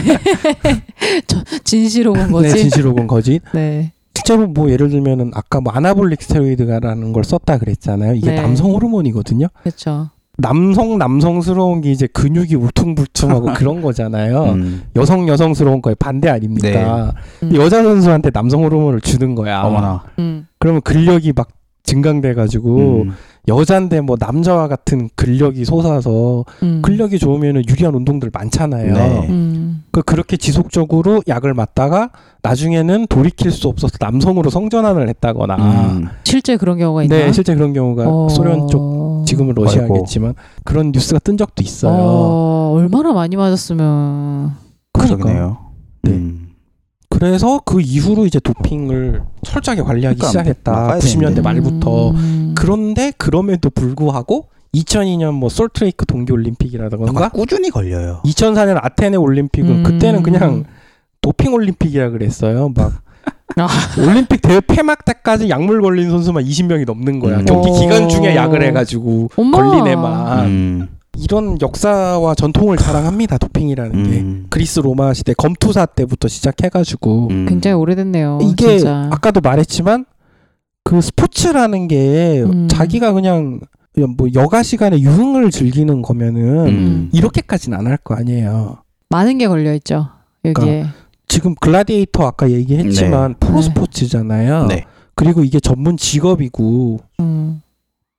Speaker 3: 저 진실 오은
Speaker 2: 네,
Speaker 3: 거지.
Speaker 2: 진실 혹은 거짓.
Speaker 3: 네.
Speaker 2: 실제로 뭐 예를 들면은 아까 뭐 아나볼릭 스테로이드라는 걸 썼다 그랬잖아요. 이게
Speaker 3: 네.
Speaker 2: 남성 호르몬이거든요.
Speaker 3: 그렇죠.
Speaker 2: 남성 남성스러운 게 이제 근육이
Speaker 5: <laughs>
Speaker 2: 울퉁불퉁하고 그런 거잖아요.
Speaker 5: 음.
Speaker 2: 여성 여성스러운 거에 반대 아닙니까?
Speaker 3: 네.
Speaker 2: 근데 여자 선수한테 남성 호르몬을 주는
Speaker 5: 아.
Speaker 2: 거야.
Speaker 5: 어머나.
Speaker 3: 음.
Speaker 2: 그러면 근력이 막 증강돼가지고
Speaker 5: 음.
Speaker 2: 여잔데 뭐 남자와 같은 근력이 솟아서
Speaker 3: 음.
Speaker 2: 근력이 좋으면은 유리한 운동들 많잖아요.
Speaker 5: 네.
Speaker 3: 음.
Speaker 2: 그 그렇게 지속적으로 약을 맞다가 나중에는 돌이킬 수 없어서 남성으로 성전환을 했다거나
Speaker 5: 음.
Speaker 3: 실제 그런 경우가 있나요?
Speaker 2: 네 실제 그런 경우가
Speaker 3: 어.
Speaker 2: 소련 쪽 지금은 러시아겠지만 그런 뉴스가 뜬 적도 있어요.
Speaker 3: 어, 얼마나 많이 맞았으면
Speaker 5: 그러네요.
Speaker 2: 네.
Speaker 5: 음.
Speaker 2: 그래서 그 이후로 이제 도핑을 철저하게 관리하기
Speaker 5: 그러니까
Speaker 2: 시작했다.
Speaker 5: 막아야
Speaker 2: 90년대
Speaker 5: 되는데.
Speaker 2: 말부터.
Speaker 3: 음.
Speaker 2: 그런데 그럼에도 불구하고 2002년 뭐 솔트레이크 동계
Speaker 5: 뭔가
Speaker 2: 올림픽이라던가
Speaker 5: 꾸준히 걸려요.
Speaker 2: 2004년 아테네 올림픽은
Speaker 3: 음.
Speaker 2: 그때는 그냥 도핑 올림픽이라 그랬어요. 막
Speaker 3: <laughs> 아.
Speaker 2: 올림픽 대회 폐막 때까지 약물 걸린 선수만 20명이 넘는 거야.
Speaker 5: 음.
Speaker 2: 경기
Speaker 3: 오.
Speaker 2: 기간 중에 약을 해가지고
Speaker 3: 엄마.
Speaker 2: 걸린 애만
Speaker 5: 음.
Speaker 2: 이런 역사와 전통을 자랑합니다. 도핑이라는 게
Speaker 5: 음.
Speaker 2: 그리스 로마 시대 검투사 때부터 시작해가지고
Speaker 5: 음.
Speaker 3: 굉장히 오래됐네요.
Speaker 2: 이게
Speaker 3: 어, 진짜.
Speaker 2: 아까도 말했지만 그 스포츠라는 게
Speaker 3: 음.
Speaker 2: 자기가 그냥 뭐 여가 시간에 유흥을 즐기는 거면은
Speaker 5: 음.
Speaker 2: 이렇게까지는 안 할 거 아니에요.
Speaker 3: 많은 게 걸려 있죠. 여기에.
Speaker 2: 그러니까. 지금 글라디에이터 아까 얘기했지만 프로
Speaker 3: 네.
Speaker 2: 스포츠잖아요.
Speaker 5: 네.
Speaker 2: 그리고 이게 전문 직업이고
Speaker 3: 음.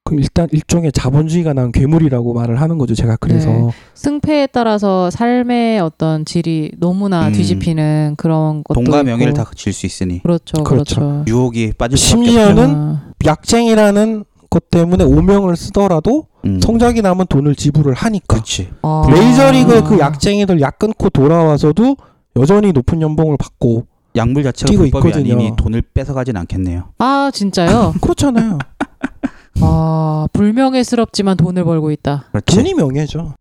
Speaker 2: 그럼 일단 일종의 자본주의가 난 괴물이라고 말을 하는 거죠. 제가 그래서
Speaker 3: 네. 승패에 따라서 삶의 어떤 질이 너무나
Speaker 5: 음.
Speaker 3: 뒤집히는 그런 것도
Speaker 5: 돈과 명예를
Speaker 3: 있고.
Speaker 5: 다 그칠 수 있으니
Speaker 3: 그렇죠.
Speaker 2: 그렇죠.
Speaker 3: 그렇죠.
Speaker 5: 유혹이 빠질 수밖에 없죠.
Speaker 2: 심지어는
Speaker 3: 아,
Speaker 2: 약쟁이라는 것 때문에 오명을 쓰더라도
Speaker 5: 음.
Speaker 2: 성적이 나면 돈을 지불을 하니까.
Speaker 5: 그렇지.
Speaker 3: 아.
Speaker 2: 메이저리그의 그 약쟁이들 약 끊고 돌아와서도 여전히 높은 연봉을 받고
Speaker 5: 약물 자체가
Speaker 2: 뛰고
Speaker 5: 불법이
Speaker 2: 있거든요.
Speaker 5: 아니니 돈을 뺏어가진 않겠네요.
Speaker 3: 아
Speaker 2: <laughs>
Speaker 3: 진짜요?
Speaker 2: 그렇잖아요.
Speaker 5: 네.
Speaker 3: 아 불명예스럽지만 돈을 벌고 있다.
Speaker 5: 그렇지.
Speaker 2: 돈이 명예죠.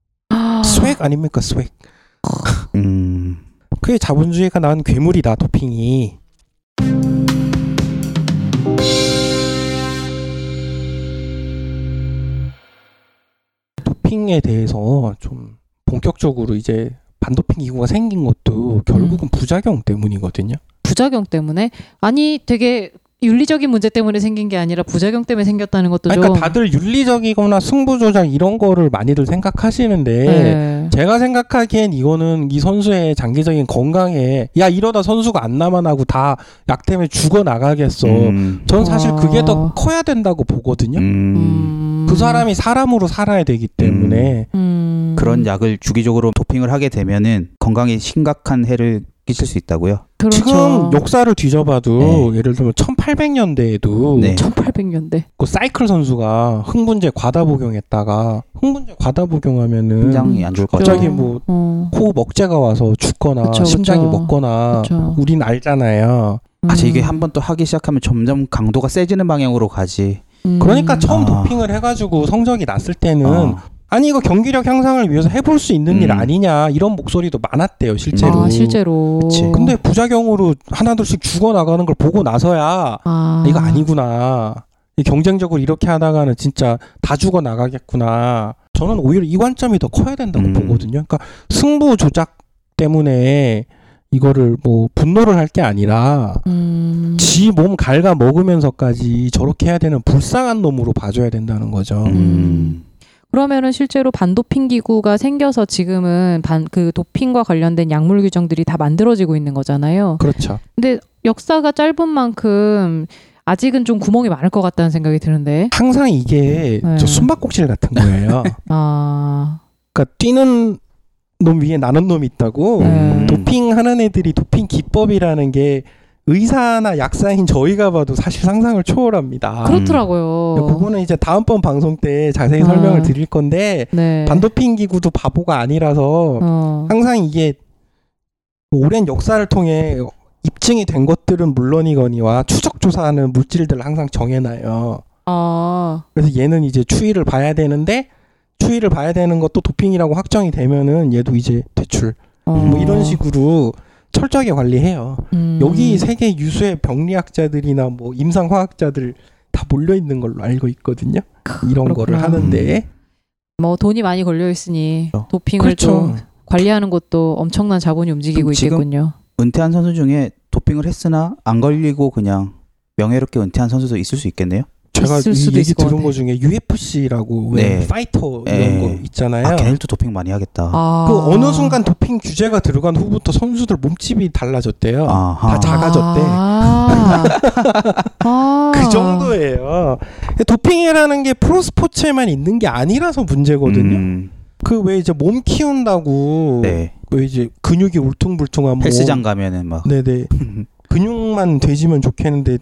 Speaker 2: 스웩 아닙니까 스웩.
Speaker 5: 음.
Speaker 2: 그게 자본주의가 난 괴물이다 도핑이. 도핑에 대해서 좀 본격적으로 이제 반도핑 기구가 생긴 것도 결국은 부작용 때문이거든요.
Speaker 3: 부작용 때문에 아니 되게 윤리적인 문제 때문에 생긴 게 아니라 부작용 때문에 생겼다는 것도
Speaker 2: 아니, 그러니까
Speaker 3: 좀.
Speaker 2: 다들 윤리적이거나 승부조작 이런 거를 많이들 생각하시는데
Speaker 3: 네.
Speaker 2: 제가 생각하기엔 이거는 이 선수의 장기적인 건강에 야 이러다 선수가 안 남아나고 다 약 때문에 죽어 나가겠어.
Speaker 5: 음.
Speaker 2: 전 사실 그게 더
Speaker 3: 아.
Speaker 2: 커야 된다고 보거든요.
Speaker 5: 음.
Speaker 3: 음.
Speaker 2: 그 사람이 사람으로 살아야 되기 때문에
Speaker 3: 음.
Speaker 5: 그런 약을 주기적으로 도핑을 하게 되면은 건강에 심각한 해를 끼칠 수 있다고요.
Speaker 3: 그렇죠.
Speaker 2: 지금 역사를 뒤져봐도 예를 들면 1800년대에도
Speaker 5: 네.
Speaker 3: 1800년대.
Speaker 2: 그 사이클 선수가 흥분제 과다 복용했다가 흥분제 과다 복용하면은
Speaker 5: 심장이 안 좋을 것
Speaker 2: 갑자기
Speaker 5: 같아요.
Speaker 2: 뭐
Speaker 3: 어.
Speaker 2: 코 먹재가 와서 죽거나
Speaker 3: 그쵸, 그쵸.
Speaker 2: 심장이 먹거나
Speaker 3: 그쵸.
Speaker 2: 우린 아, 알잖아요.
Speaker 5: 아, 이게
Speaker 3: 음.
Speaker 5: 한 번 또 하기 시작하면 점점 강도가 세지는 방향으로 가지.
Speaker 3: 음.
Speaker 2: 그러니까 처음
Speaker 5: 아.
Speaker 2: 도핑을 해가지고 성적이 났을 때는
Speaker 5: 아,
Speaker 2: 아니 이거 경기력 향상을 위해서 해볼 수 있는 일
Speaker 5: 음.
Speaker 2: 아니냐 이런 목소리도 많았대요 실제로.
Speaker 3: 아 실제로.
Speaker 5: 그치.
Speaker 3: 어.
Speaker 2: 근데 부작용으로 하나둘씩 죽어 나가는 걸 보고 나서야
Speaker 3: 아.
Speaker 2: 이거 아니구나. 이 경쟁적으로 이렇게 하다가는 진짜 다 죽어 나가겠구나. 저는 오히려 이 관점이 더 커야 된다고
Speaker 5: 음.
Speaker 2: 보거든요. 그러니까 승부 조작 때문에 이거를 뭐 분노를 할 게 아니라
Speaker 3: 음.
Speaker 2: 지 몸 갉아 먹으면서까지 저렇게 해야 되는 불쌍한 놈으로 봐줘야 된다는 거죠.
Speaker 5: 음.
Speaker 3: 그러면은 실제로 반도핑 기구가 생겨서 지금은 반 그 도핑과 관련된 약물 규정들이 다 만들어지고 있는 거잖아요.
Speaker 2: 그렇죠.
Speaker 3: 근데 역사가 짧은 만큼 아직은 좀 구멍이 많을 것 같다는 생각이 드는데.
Speaker 2: 항상 이게
Speaker 3: 네.
Speaker 2: 저 숨바꼭질 같은 거예요.
Speaker 3: 아.
Speaker 2: 그러니까 뛰는 놈 위에 나는 놈이 있다고
Speaker 3: 네.
Speaker 2: 도핑하는 애들이 도핑 기법이라는 게 의사나 약사인 저희가 봐도 사실 상상을 초월합니다.
Speaker 5: 그렇-
Speaker 3: 그렇더라고요.
Speaker 2: 아, 음. 그거는 이제 다음번 방송 때 자세히
Speaker 3: 아.
Speaker 2: 설명을 드릴 건데
Speaker 3: 네.
Speaker 2: 반도핑 기구도 바보가 아니라서
Speaker 3: 어.
Speaker 2: 항상 이게 오랜 역사를 통해 입증이 된 것들은 물론이거니와 추적 조사하는 물질들을 항상 정해놔요.
Speaker 3: 아.
Speaker 2: 그래서 얘는 이제 추이를 봐야 되는데 추이를 봐야 되는 것도 도핑이라고 확정이 되면은 얘도 이제 퇴출.
Speaker 3: 어.
Speaker 2: 뭐 이런 식으로 철저하게 관리해요.
Speaker 3: 음.
Speaker 2: 여기 세계 유수의 병리학자들이나 뭐 임상화학자들 다 몰려 있는 걸로 알고 있거든요. 이런 거를
Speaker 3: 아, 그렇구나.
Speaker 2: 하는데
Speaker 3: 뭐 돈이 많이 걸려 있으니
Speaker 5: 그렇죠.
Speaker 3: 도핑을
Speaker 2: 그렇죠.
Speaker 3: 좀 관리하는 것도 엄청난 자본이 움직이고
Speaker 5: 지금
Speaker 3: 있겠군요.
Speaker 5: 은퇴한 선수 중에 도핑을 했으나 안 걸리고 그냥 명예롭게 은퇴한 선수도 있을 수 있겠네요.
Speaker 2: 제가
Speaker 3: 있을
Speaker 2: 이
Speaker 3: 수도
Speaker 2: 얘기
Speaker 3: 있을 것
Speaker 2: 들은
Speaker 3: 같아요.
Speaker 2: 것 중에 UFC라고 왜
Speaker 5: 네.
Speaker 2: 파이터 이런
Speaker 5: 네.
Speaker 2: 거 있잖아요.
Speaker 5: 아, 걔네들도 도핑 많이 하겠다.
Speaker 3: 아.
Speaker 2: 그 어느 순간 도핑 규제가 들어간 후부터 선수들 몸집이 달라졌대요.
Speaker 5: 아하.
Speaker 2: 다 작아졌대.
Speaker 3: 아. 아.
Speaker 2: <laughs> 그 정도예요. 도핑이라는 게 프로스포츠에만 있는 게 아니라서 문제거든요.
Speaker 5: 음,
Speaker 2: 그 왜 이제 몸 키운다고
Speaker 5: 네.
Speaker 2: 왜 이제 근육이 울퉁불퉁한 몸.
Speaker 5: 헬스장 가면은 막
Speaker 2: 뭐,
Speaker 5: <laughs>
Speaker 2: 네네. 근육만 되지면 좋겠는데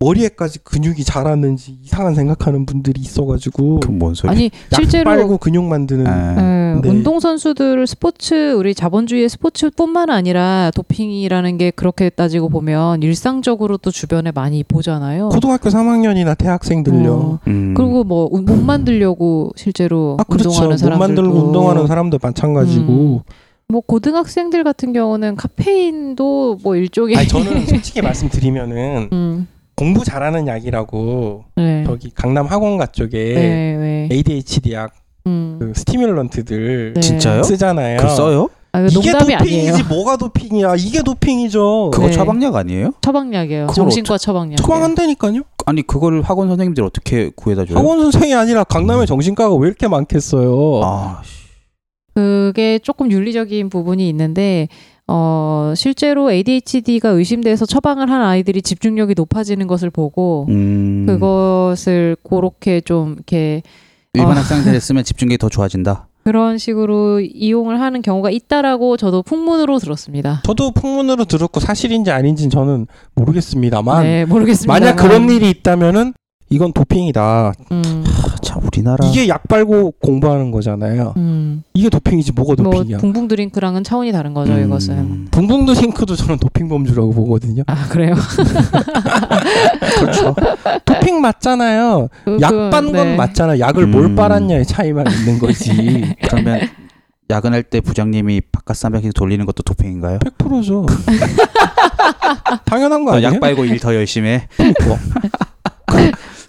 Speaker 2: 머리에까지 근육이 자랐는지 이상한 생각하는 분들이 있어가지고
Speaker 5: 그뭔 소리?
Speaker 3: 아니
Speaker 2: 약
Speaker 3: 실제로
Speaker 2: 빨고 근육 만드는
Speaker 5: 아,
Speaker 3: 예,
Speaker 2: 네.
Speaker 3: 운동 선수들 스포츠 우리 자본주의의 스포츠뿐만 아니라 도핑이라는 게 그렇게 따지고 보면 일상적으로 또 주변에 많이 보잖아요.
Speaker 2: 고등학교 3학년이나 대학생들요.
Speaker 3: 어,
Speaker 5: 음.
Speaker 3: 그리고 뭐 몸 만들려고 실제로
Speaker 2: 아 그렇죠.
Speaker 3: 운동하는
Speaker 2: 몸
Speaker 3: 사람들도
Speaker 2: 만들고 운동하는 사람도 마찬가지고.
Speaker 3: 뭐 고등학생들 같은 경우는 카페인도 뭐 일종의
Speaker 2: 아니 저는 솔직히 <laughs> 말씀드리면은
Speaker 3: <laughs> 음,
Speaker 2: 공부 잘하는 약이라고
Speaker 3: 네.
Speaker 2: 저기 강남 학원가 쪽에
Speaker 3: 네, 네.
Speaker 2: ADHD 약
Speaker 3: 음.
Speaker 2: 그 스티뮬런트들
Speaker 3: 네.
Speaker 5: 진짜요?
Speaker 2: 쓰잖아요.
Speaker 5: 그 써요?
Speaker 3: 아,
Speaker 2: 이게
Speaker 3: 농담이
Speaker 2: 도핑이지
Speaker 3: 아니에요.
Speaker 2: 뭐가 도핑이야? 이게 도핑이죠.
Speaker 5: 그거
Speaker 3: 네.
Speaker 5: 처방약 아니에요?
Speaker 3: 처방약이에요.
Speaker 5: 그걸
Speaker 3: 정신과 처방약.
Speaker 2: 처방한다니까요.
Speaker 5: 아니 그거를 학원 선생님들 어떻게 구해다 줘요?
Speaker 2: 학원 선생이 아니라 강남에 정신과가 왜 이렇게 많겠어요?
Speaker 5: 음. 아, 씨.
Speaker 3: 그게 조금 윤리적인 부분이 있는데 어 실제로 ADHD가 의심돼서 처방을 한 아이들이 집중력이 높아지는 것을 보고
Speaker 5: 음.
Speaker 3: 그것을 그렇게 좀 이렇게
Speaker 5: 일반
Speaker 3: 어.
Speaker 5: 학생들 쓰면 집중력이 더 좋아진다.
Speaker 3: 그런 식으로 이용을 하는 경우가 있다라고 저도 풍문으로 들었습니다.
Speaker 2: 저도 풍문으로 들었고 사실인지 아닌지는 저는 모르겠습니다만
Speaker 3: 네, 모르겠습니다.
Speaker 2: 만약 그런 일이 있다면은 이건 도핑이다.
Speaker 3: 음,
Speaker 5: 아, 참 우리나라
Speaker 2: 이게 약 빨고 공부하는 거잖아요.
Speaker 3: 음.
Speaker 2: 이게 도핑이지 뭐가
Speaker 3: 뭐
Speaker 2: 도핑이야.
Speaker 3: 붕붕 드링크랑은 차원이 다른 거죠,
Speaker 5: 음.
Speaker 3: 이것은.
Speaker 2: 붕붕도 싱크도 저는 도핑 범주라고 보거든요.
Speaker 3: 아 그래요?
Speaker 2: 그렇죠. 도핑 맞잖아요.
Speaker 3: 그-
Speaker 2: 약
Speaker 3: 그건,
Speaker 2: 빤 건
Speaker 3: 네.
Speaker 2: 맞잖아. 약을 뭘
Speaker 5: 음.
Speaker 2: 빨았냐의 차이만 있는
Speaker 3: <laughs>
Speaker 2: 거지.
Speaker 5: 그러면 야근할 때 부장님이 바깥 삼각에서 돌리는 것도 도핑인가요?
Speaker 3: <laughs>
Speaker 2: 100%죠. 당연한 거 아니에요?
Speaker 5: 어, 약 빨고 일 더
Speaker 2: <laughs>
Speaker 5: 열심히 해.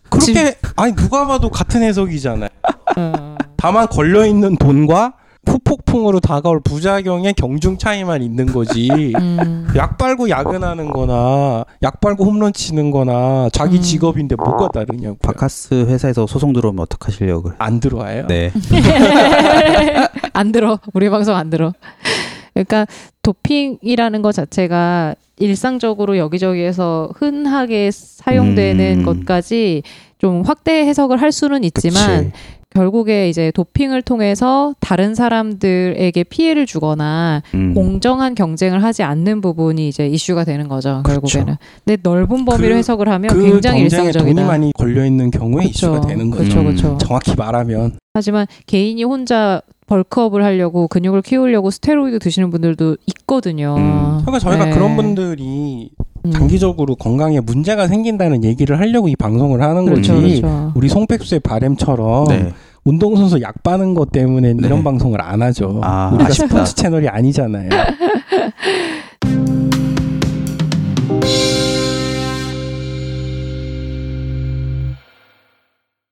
Speaker 2: 그렇게 아니 누가 봐도 같은 해석이잖아요.
Speaker 3: 어.
Speaker 2: 다만 걸려 있는 돈과 후폭풍으로 다가올 부작용의 경중 차이만 있는
Speaker 3: <laughs>
Speaker 2: 거지.
Speaker 3: 음.
Speaker 2: 약 빨고 야근하는 거나 약 빨고 홈런 치는 거나 자기
Speaker 3: 음.
Speaker 2: 직업인데 뭐가 다르냐고.
Speaker 5: 바카스 회사에서 소송 들어오면 어떡하시려고 그래.
Speaker 2: 안 들어와요.
Speaker 5: 네.
Speaker 3: <laughs> 안 들어. 우리 방송 안 들어. 그러니까 도핑이라는 것 자체가 일상적으로 여기저기에서 흔하게 사용되는
Speaker 5: 음.
Speaker 3: 것까지 좀 확대 해석을 할 수는 있지만
Speaker 5: 그치.
Speaker 3: 결국에 이제 도핑을 통해서 다른 사람들에게 피해를 주거나
Speaker 5: 음.
Speaker 3: 공정한 경쟁을 하지 않는 부분이 이제 이슈가 되는 거죠.
Speaker 2: 그렇죠.
Speaker 3: 결국에는. 근데 넓은 범위로
Speaker 2: 그-
Speaker 3: 해석을 하면
Speaker 2: 그
Speaker 3: 네, 굉장히
Speaker 2: 경쟁에
Speaker 3: 일상적이다.
Speaker 2: 돈이 많이 걸려 있는 경우에
Speaker 3: 그쵸.
Speaker 2: 이슈가 되는 거죠.
Speaker 3: 그렇죠, 그렇죠.
Speaker 5: 음.
Speaker 2: 정확히 말하면
Speaker 3: 하지만 개인이 혼자 벌크업을 하려고 근육을 키우려고 스테로이드 드시는 분들도 있거든요.
Speaker 5: 음.
Speaker 2: 그러니까 저희가
Speaker 3: 네.
Speaker 2: 그런 분들이
Speaker 3: 음.
Speaker 2: 장기적으로 건강에 문제가 생긴다는 얘기를 하려고 이 방송을 하는
Speaker 3: 그렇죠,
Speaker 2: 거지.
Speaker 3: 그렇죠.
Speaker 2: 우리 송백수의 바램처럼
Speaker 5: 네.
Speaker 2: 운동선수 약 빠는 것 때문에
Speaker 5: 네.
Speaker 2: 이런 방송을 안 하죠.
Speaker 5: 아,
Speaker 2: 우리가
Speaker 5: 아쉽다.
Speaker 2: 스포츠 채널이 아니잖아요.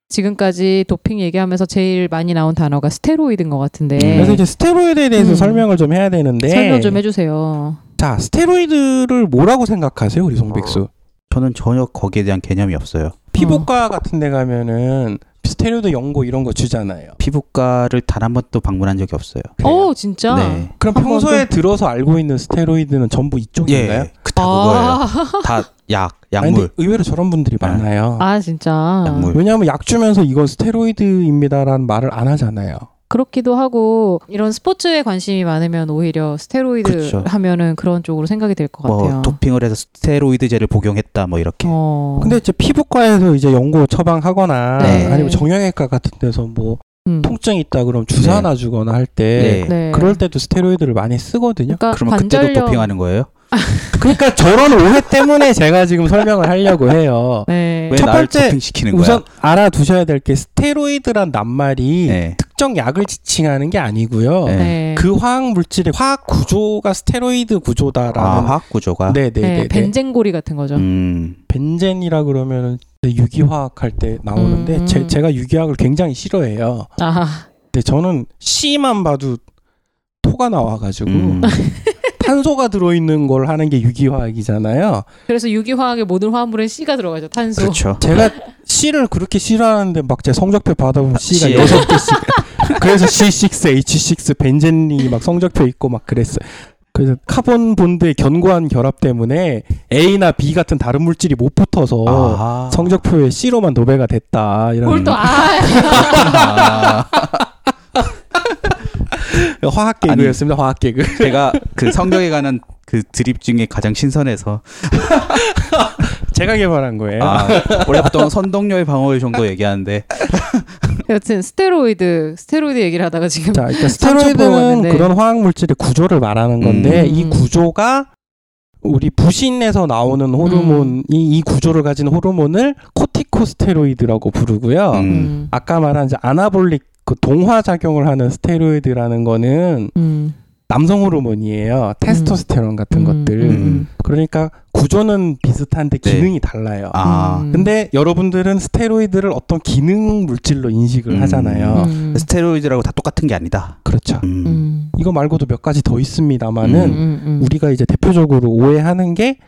Speaker 3: 지금까지 도핑 얘기하면서 제일 많이 나온 단어가 스테로이드인 것 같은데
Speaker 2: 그래서 이제 네. 스테로이드에 대해서
Speaker 3: 음.
Speaker 2: 설명을 좀 해야 되는데
Speaker 3: 설명 좀 해주세요.
Speaker 2: 자, 스테로이드를 뭐라고 생각하세요, 우리 송백수?
Speaker 5: 저는 전혀 거기에 대한 개념이 없어요.
Speaker 2: 피부과 같은 데 가면은 스테로이드 연고 이런 거 주잖아요.
Speaker 5: 피부과를 단 한 번도 방문한 적이 없어요.
Speaker 3: 어 진짜?
Speaker 5: 네.
Speaker 2: 그럼
Speaker 3: 한 번도?
Speaker 2: 평소에 들어서 알고 있는 스테로이드는 전부 이쪽인가요?
Speaker 5: 예. 그다
Speaker 3: 아.
Speaker 5: 그거예요. 다 약,
Speaker 2: 아니,
Speaker 5: 약물.
Speaker 2: 근데 의외로 저런 분들이
Speaker 5: 네.
Speaker 2: 많아요.
Speaker 3: <laughs> 아 진짜.
Speaker 5: 약물.
Speaker 2: 왜냐하면 약 주면서 이건 스테로이드입니다라는 말을 안 하잖아요.
Speaker 3: 그렇기도 하고 이런 스포츠에 관심이 많으면 오히려 스테로이드
Speaker 5: 그쵸.
Speaker 3: 하면은 그런 쪽으로 생각이 될 것
Speaker 5: 뭐
Speaker 3: 같아요.
Speaker 5: 도핑을 해서 스테로이드제를 복용했다 뭐 이렇게.
Speaker 3: 어.
Speaker 2: 근데 이제 피부과에서 이제 연고 처방하거나
Speaker 5: 네.
Speaker 2: 아니면 정형외과 같은 데서 뭐
Speaker 3: 음.
Speaker 2: 통증 이 있다 그럼 주사나 주거나 할 때
Speaker 3: 네.
Speaker 2: 그럴 때도 스테로이드를 많이 쓰거든요.
Speaker 3: 그러니까
Speaker 5: 그러면 그때도
Speaker 3: 관절염-
Speaker 5: 도핑하는 거예요?
Speaker 2: <laughs> 그러니까 저런 오해 때문에 제가 지금 설명을 하려고 <laughs> 해요.
Speaker 3: 네.
Speaker 5: 왜
Speaker 2: 첫
Speaker 5: 나를
Speaker 2: 번째,
Speaker 5: 도핑시키는 거야?
Speaker 2: 우선 알아두셔야 될 게 스테로이드란 낱말이
Speaker 5: 네.
Speaker 2: 특정 약을 지칭하는 게 아니고요.
Speaker 5: 네.
Speaker 3: 네.
Speaker 2: 그 화학 물질의 화학 구조가 스테로이드
Speaker 5: 아,
Speaker 2: 구조다라는
Speaker 5: 화학 구조가.
Speaker 3: 네,
Speaker 2: 네네네.
Speaker 3: 벤젠고리 같은 거죠.
Speaker 5: 음.
Speaker 2: 벤젠이라 그러면은 유기화학 할 때 나오는데
Speaker 3: 음.
Speaker 2: 제, 제가 유기화학을 굉장히 싫어해요.
Speaker 3: 아,
Speaker 2: 근데 저는 C만 봐도 토가 나와가지고
Speaker 5: 음.
Speaker 2: 탄소가 들어있는 걸 하는 게 유기화학이잖아요.
Speaker 3: 그래서 유기화학의 모든 화합물에 C가 들어가죠. 탄소.
Speaker 5: 그렇죠.
Speaker 2: 제가 C를 그렇게 싫어하는데 막 제 성적표 받아보면 C가
Speaker 5: C.
Speaker 2: 여섯 개씩. 그래서 C6, H6, 벤젠이 막 성적표 있고 막 그랬어요. 그래서 카본 본드의 견고한 결합 때문에 A나 B 같은 다른 물질이 못 붙어서
Speaker 5: 아. <laughs>
Speaker 2: 성적표에 C로만 노배가 됐다.
Speaker 3: 뭘
Speaker 2: 이런
Speaker 3: 또 아. <laughs>
Speaker 5: 아.
Speaker 2: 화학 개그였습니다. 화학 개그.
Speaker 5: 제가 그 성격에 관한 그 드립 중에 가장 신선해서
Speaker 2: 제가 개발한 거예요.
Speaker 5: 아, 원래 보통 선동열 방어율 정도 얘기하는데
Speaker 3: 여튼 스테로이드 스테로이드 얘기를 하다가 지금
Speaker 2: 자, <laughs> 그러니까
Speaker 3: 보러
Speaker 2: 스테로이드는
Speaker 3: 왔는데.
Speaker 2: 그런 화학 물질의 구조를 말하는 건데
Speaker 3: 음.
Speaker 2: 이 구조가 우리 부신에서 나오는 호르몬이 이 구조를 가진 호르몬을 코티코스테로이드라고 부르고요.
Speaker 5: 음.
Speaker 3: 음.
Speaker 2: 아까 말한 이제 아나볼릭 그 동화 작용을 하는 스테로이드라는 거는
Speaker 3: 음.
Speaker 2: 남성 호르몬이에요. 테스토스테론 같은
Speaker 3: 음.
Speaker 2: 것들.
Speaker 5: 음.
Speaker 2: 그러니까 구조는 비슷한데
Speaker 5: 네.
Speaker 2: 기능이 달라요.
Speaker 5: 아
Speaker 3: 음.
Speaker 2: 근데 여러분들은 스테로이드를 어떤 기능 물질로 인식을
Speaker 5: 음.
Speaker 2: 하잖아요.
Speaker 3: 음.
Speaker 5: 스테로이드라고 다 똑같은 게 아니다.
Speaker 2: 그렇죠.
Speaker 5: 음.
Speaker 3: 음.
Speaker 2: 이거 말고도 몇 가지 더 있습니다만은
Speaker 5: 음.
Speaker 2: 우리가 이제 대표적으로 오해하는 게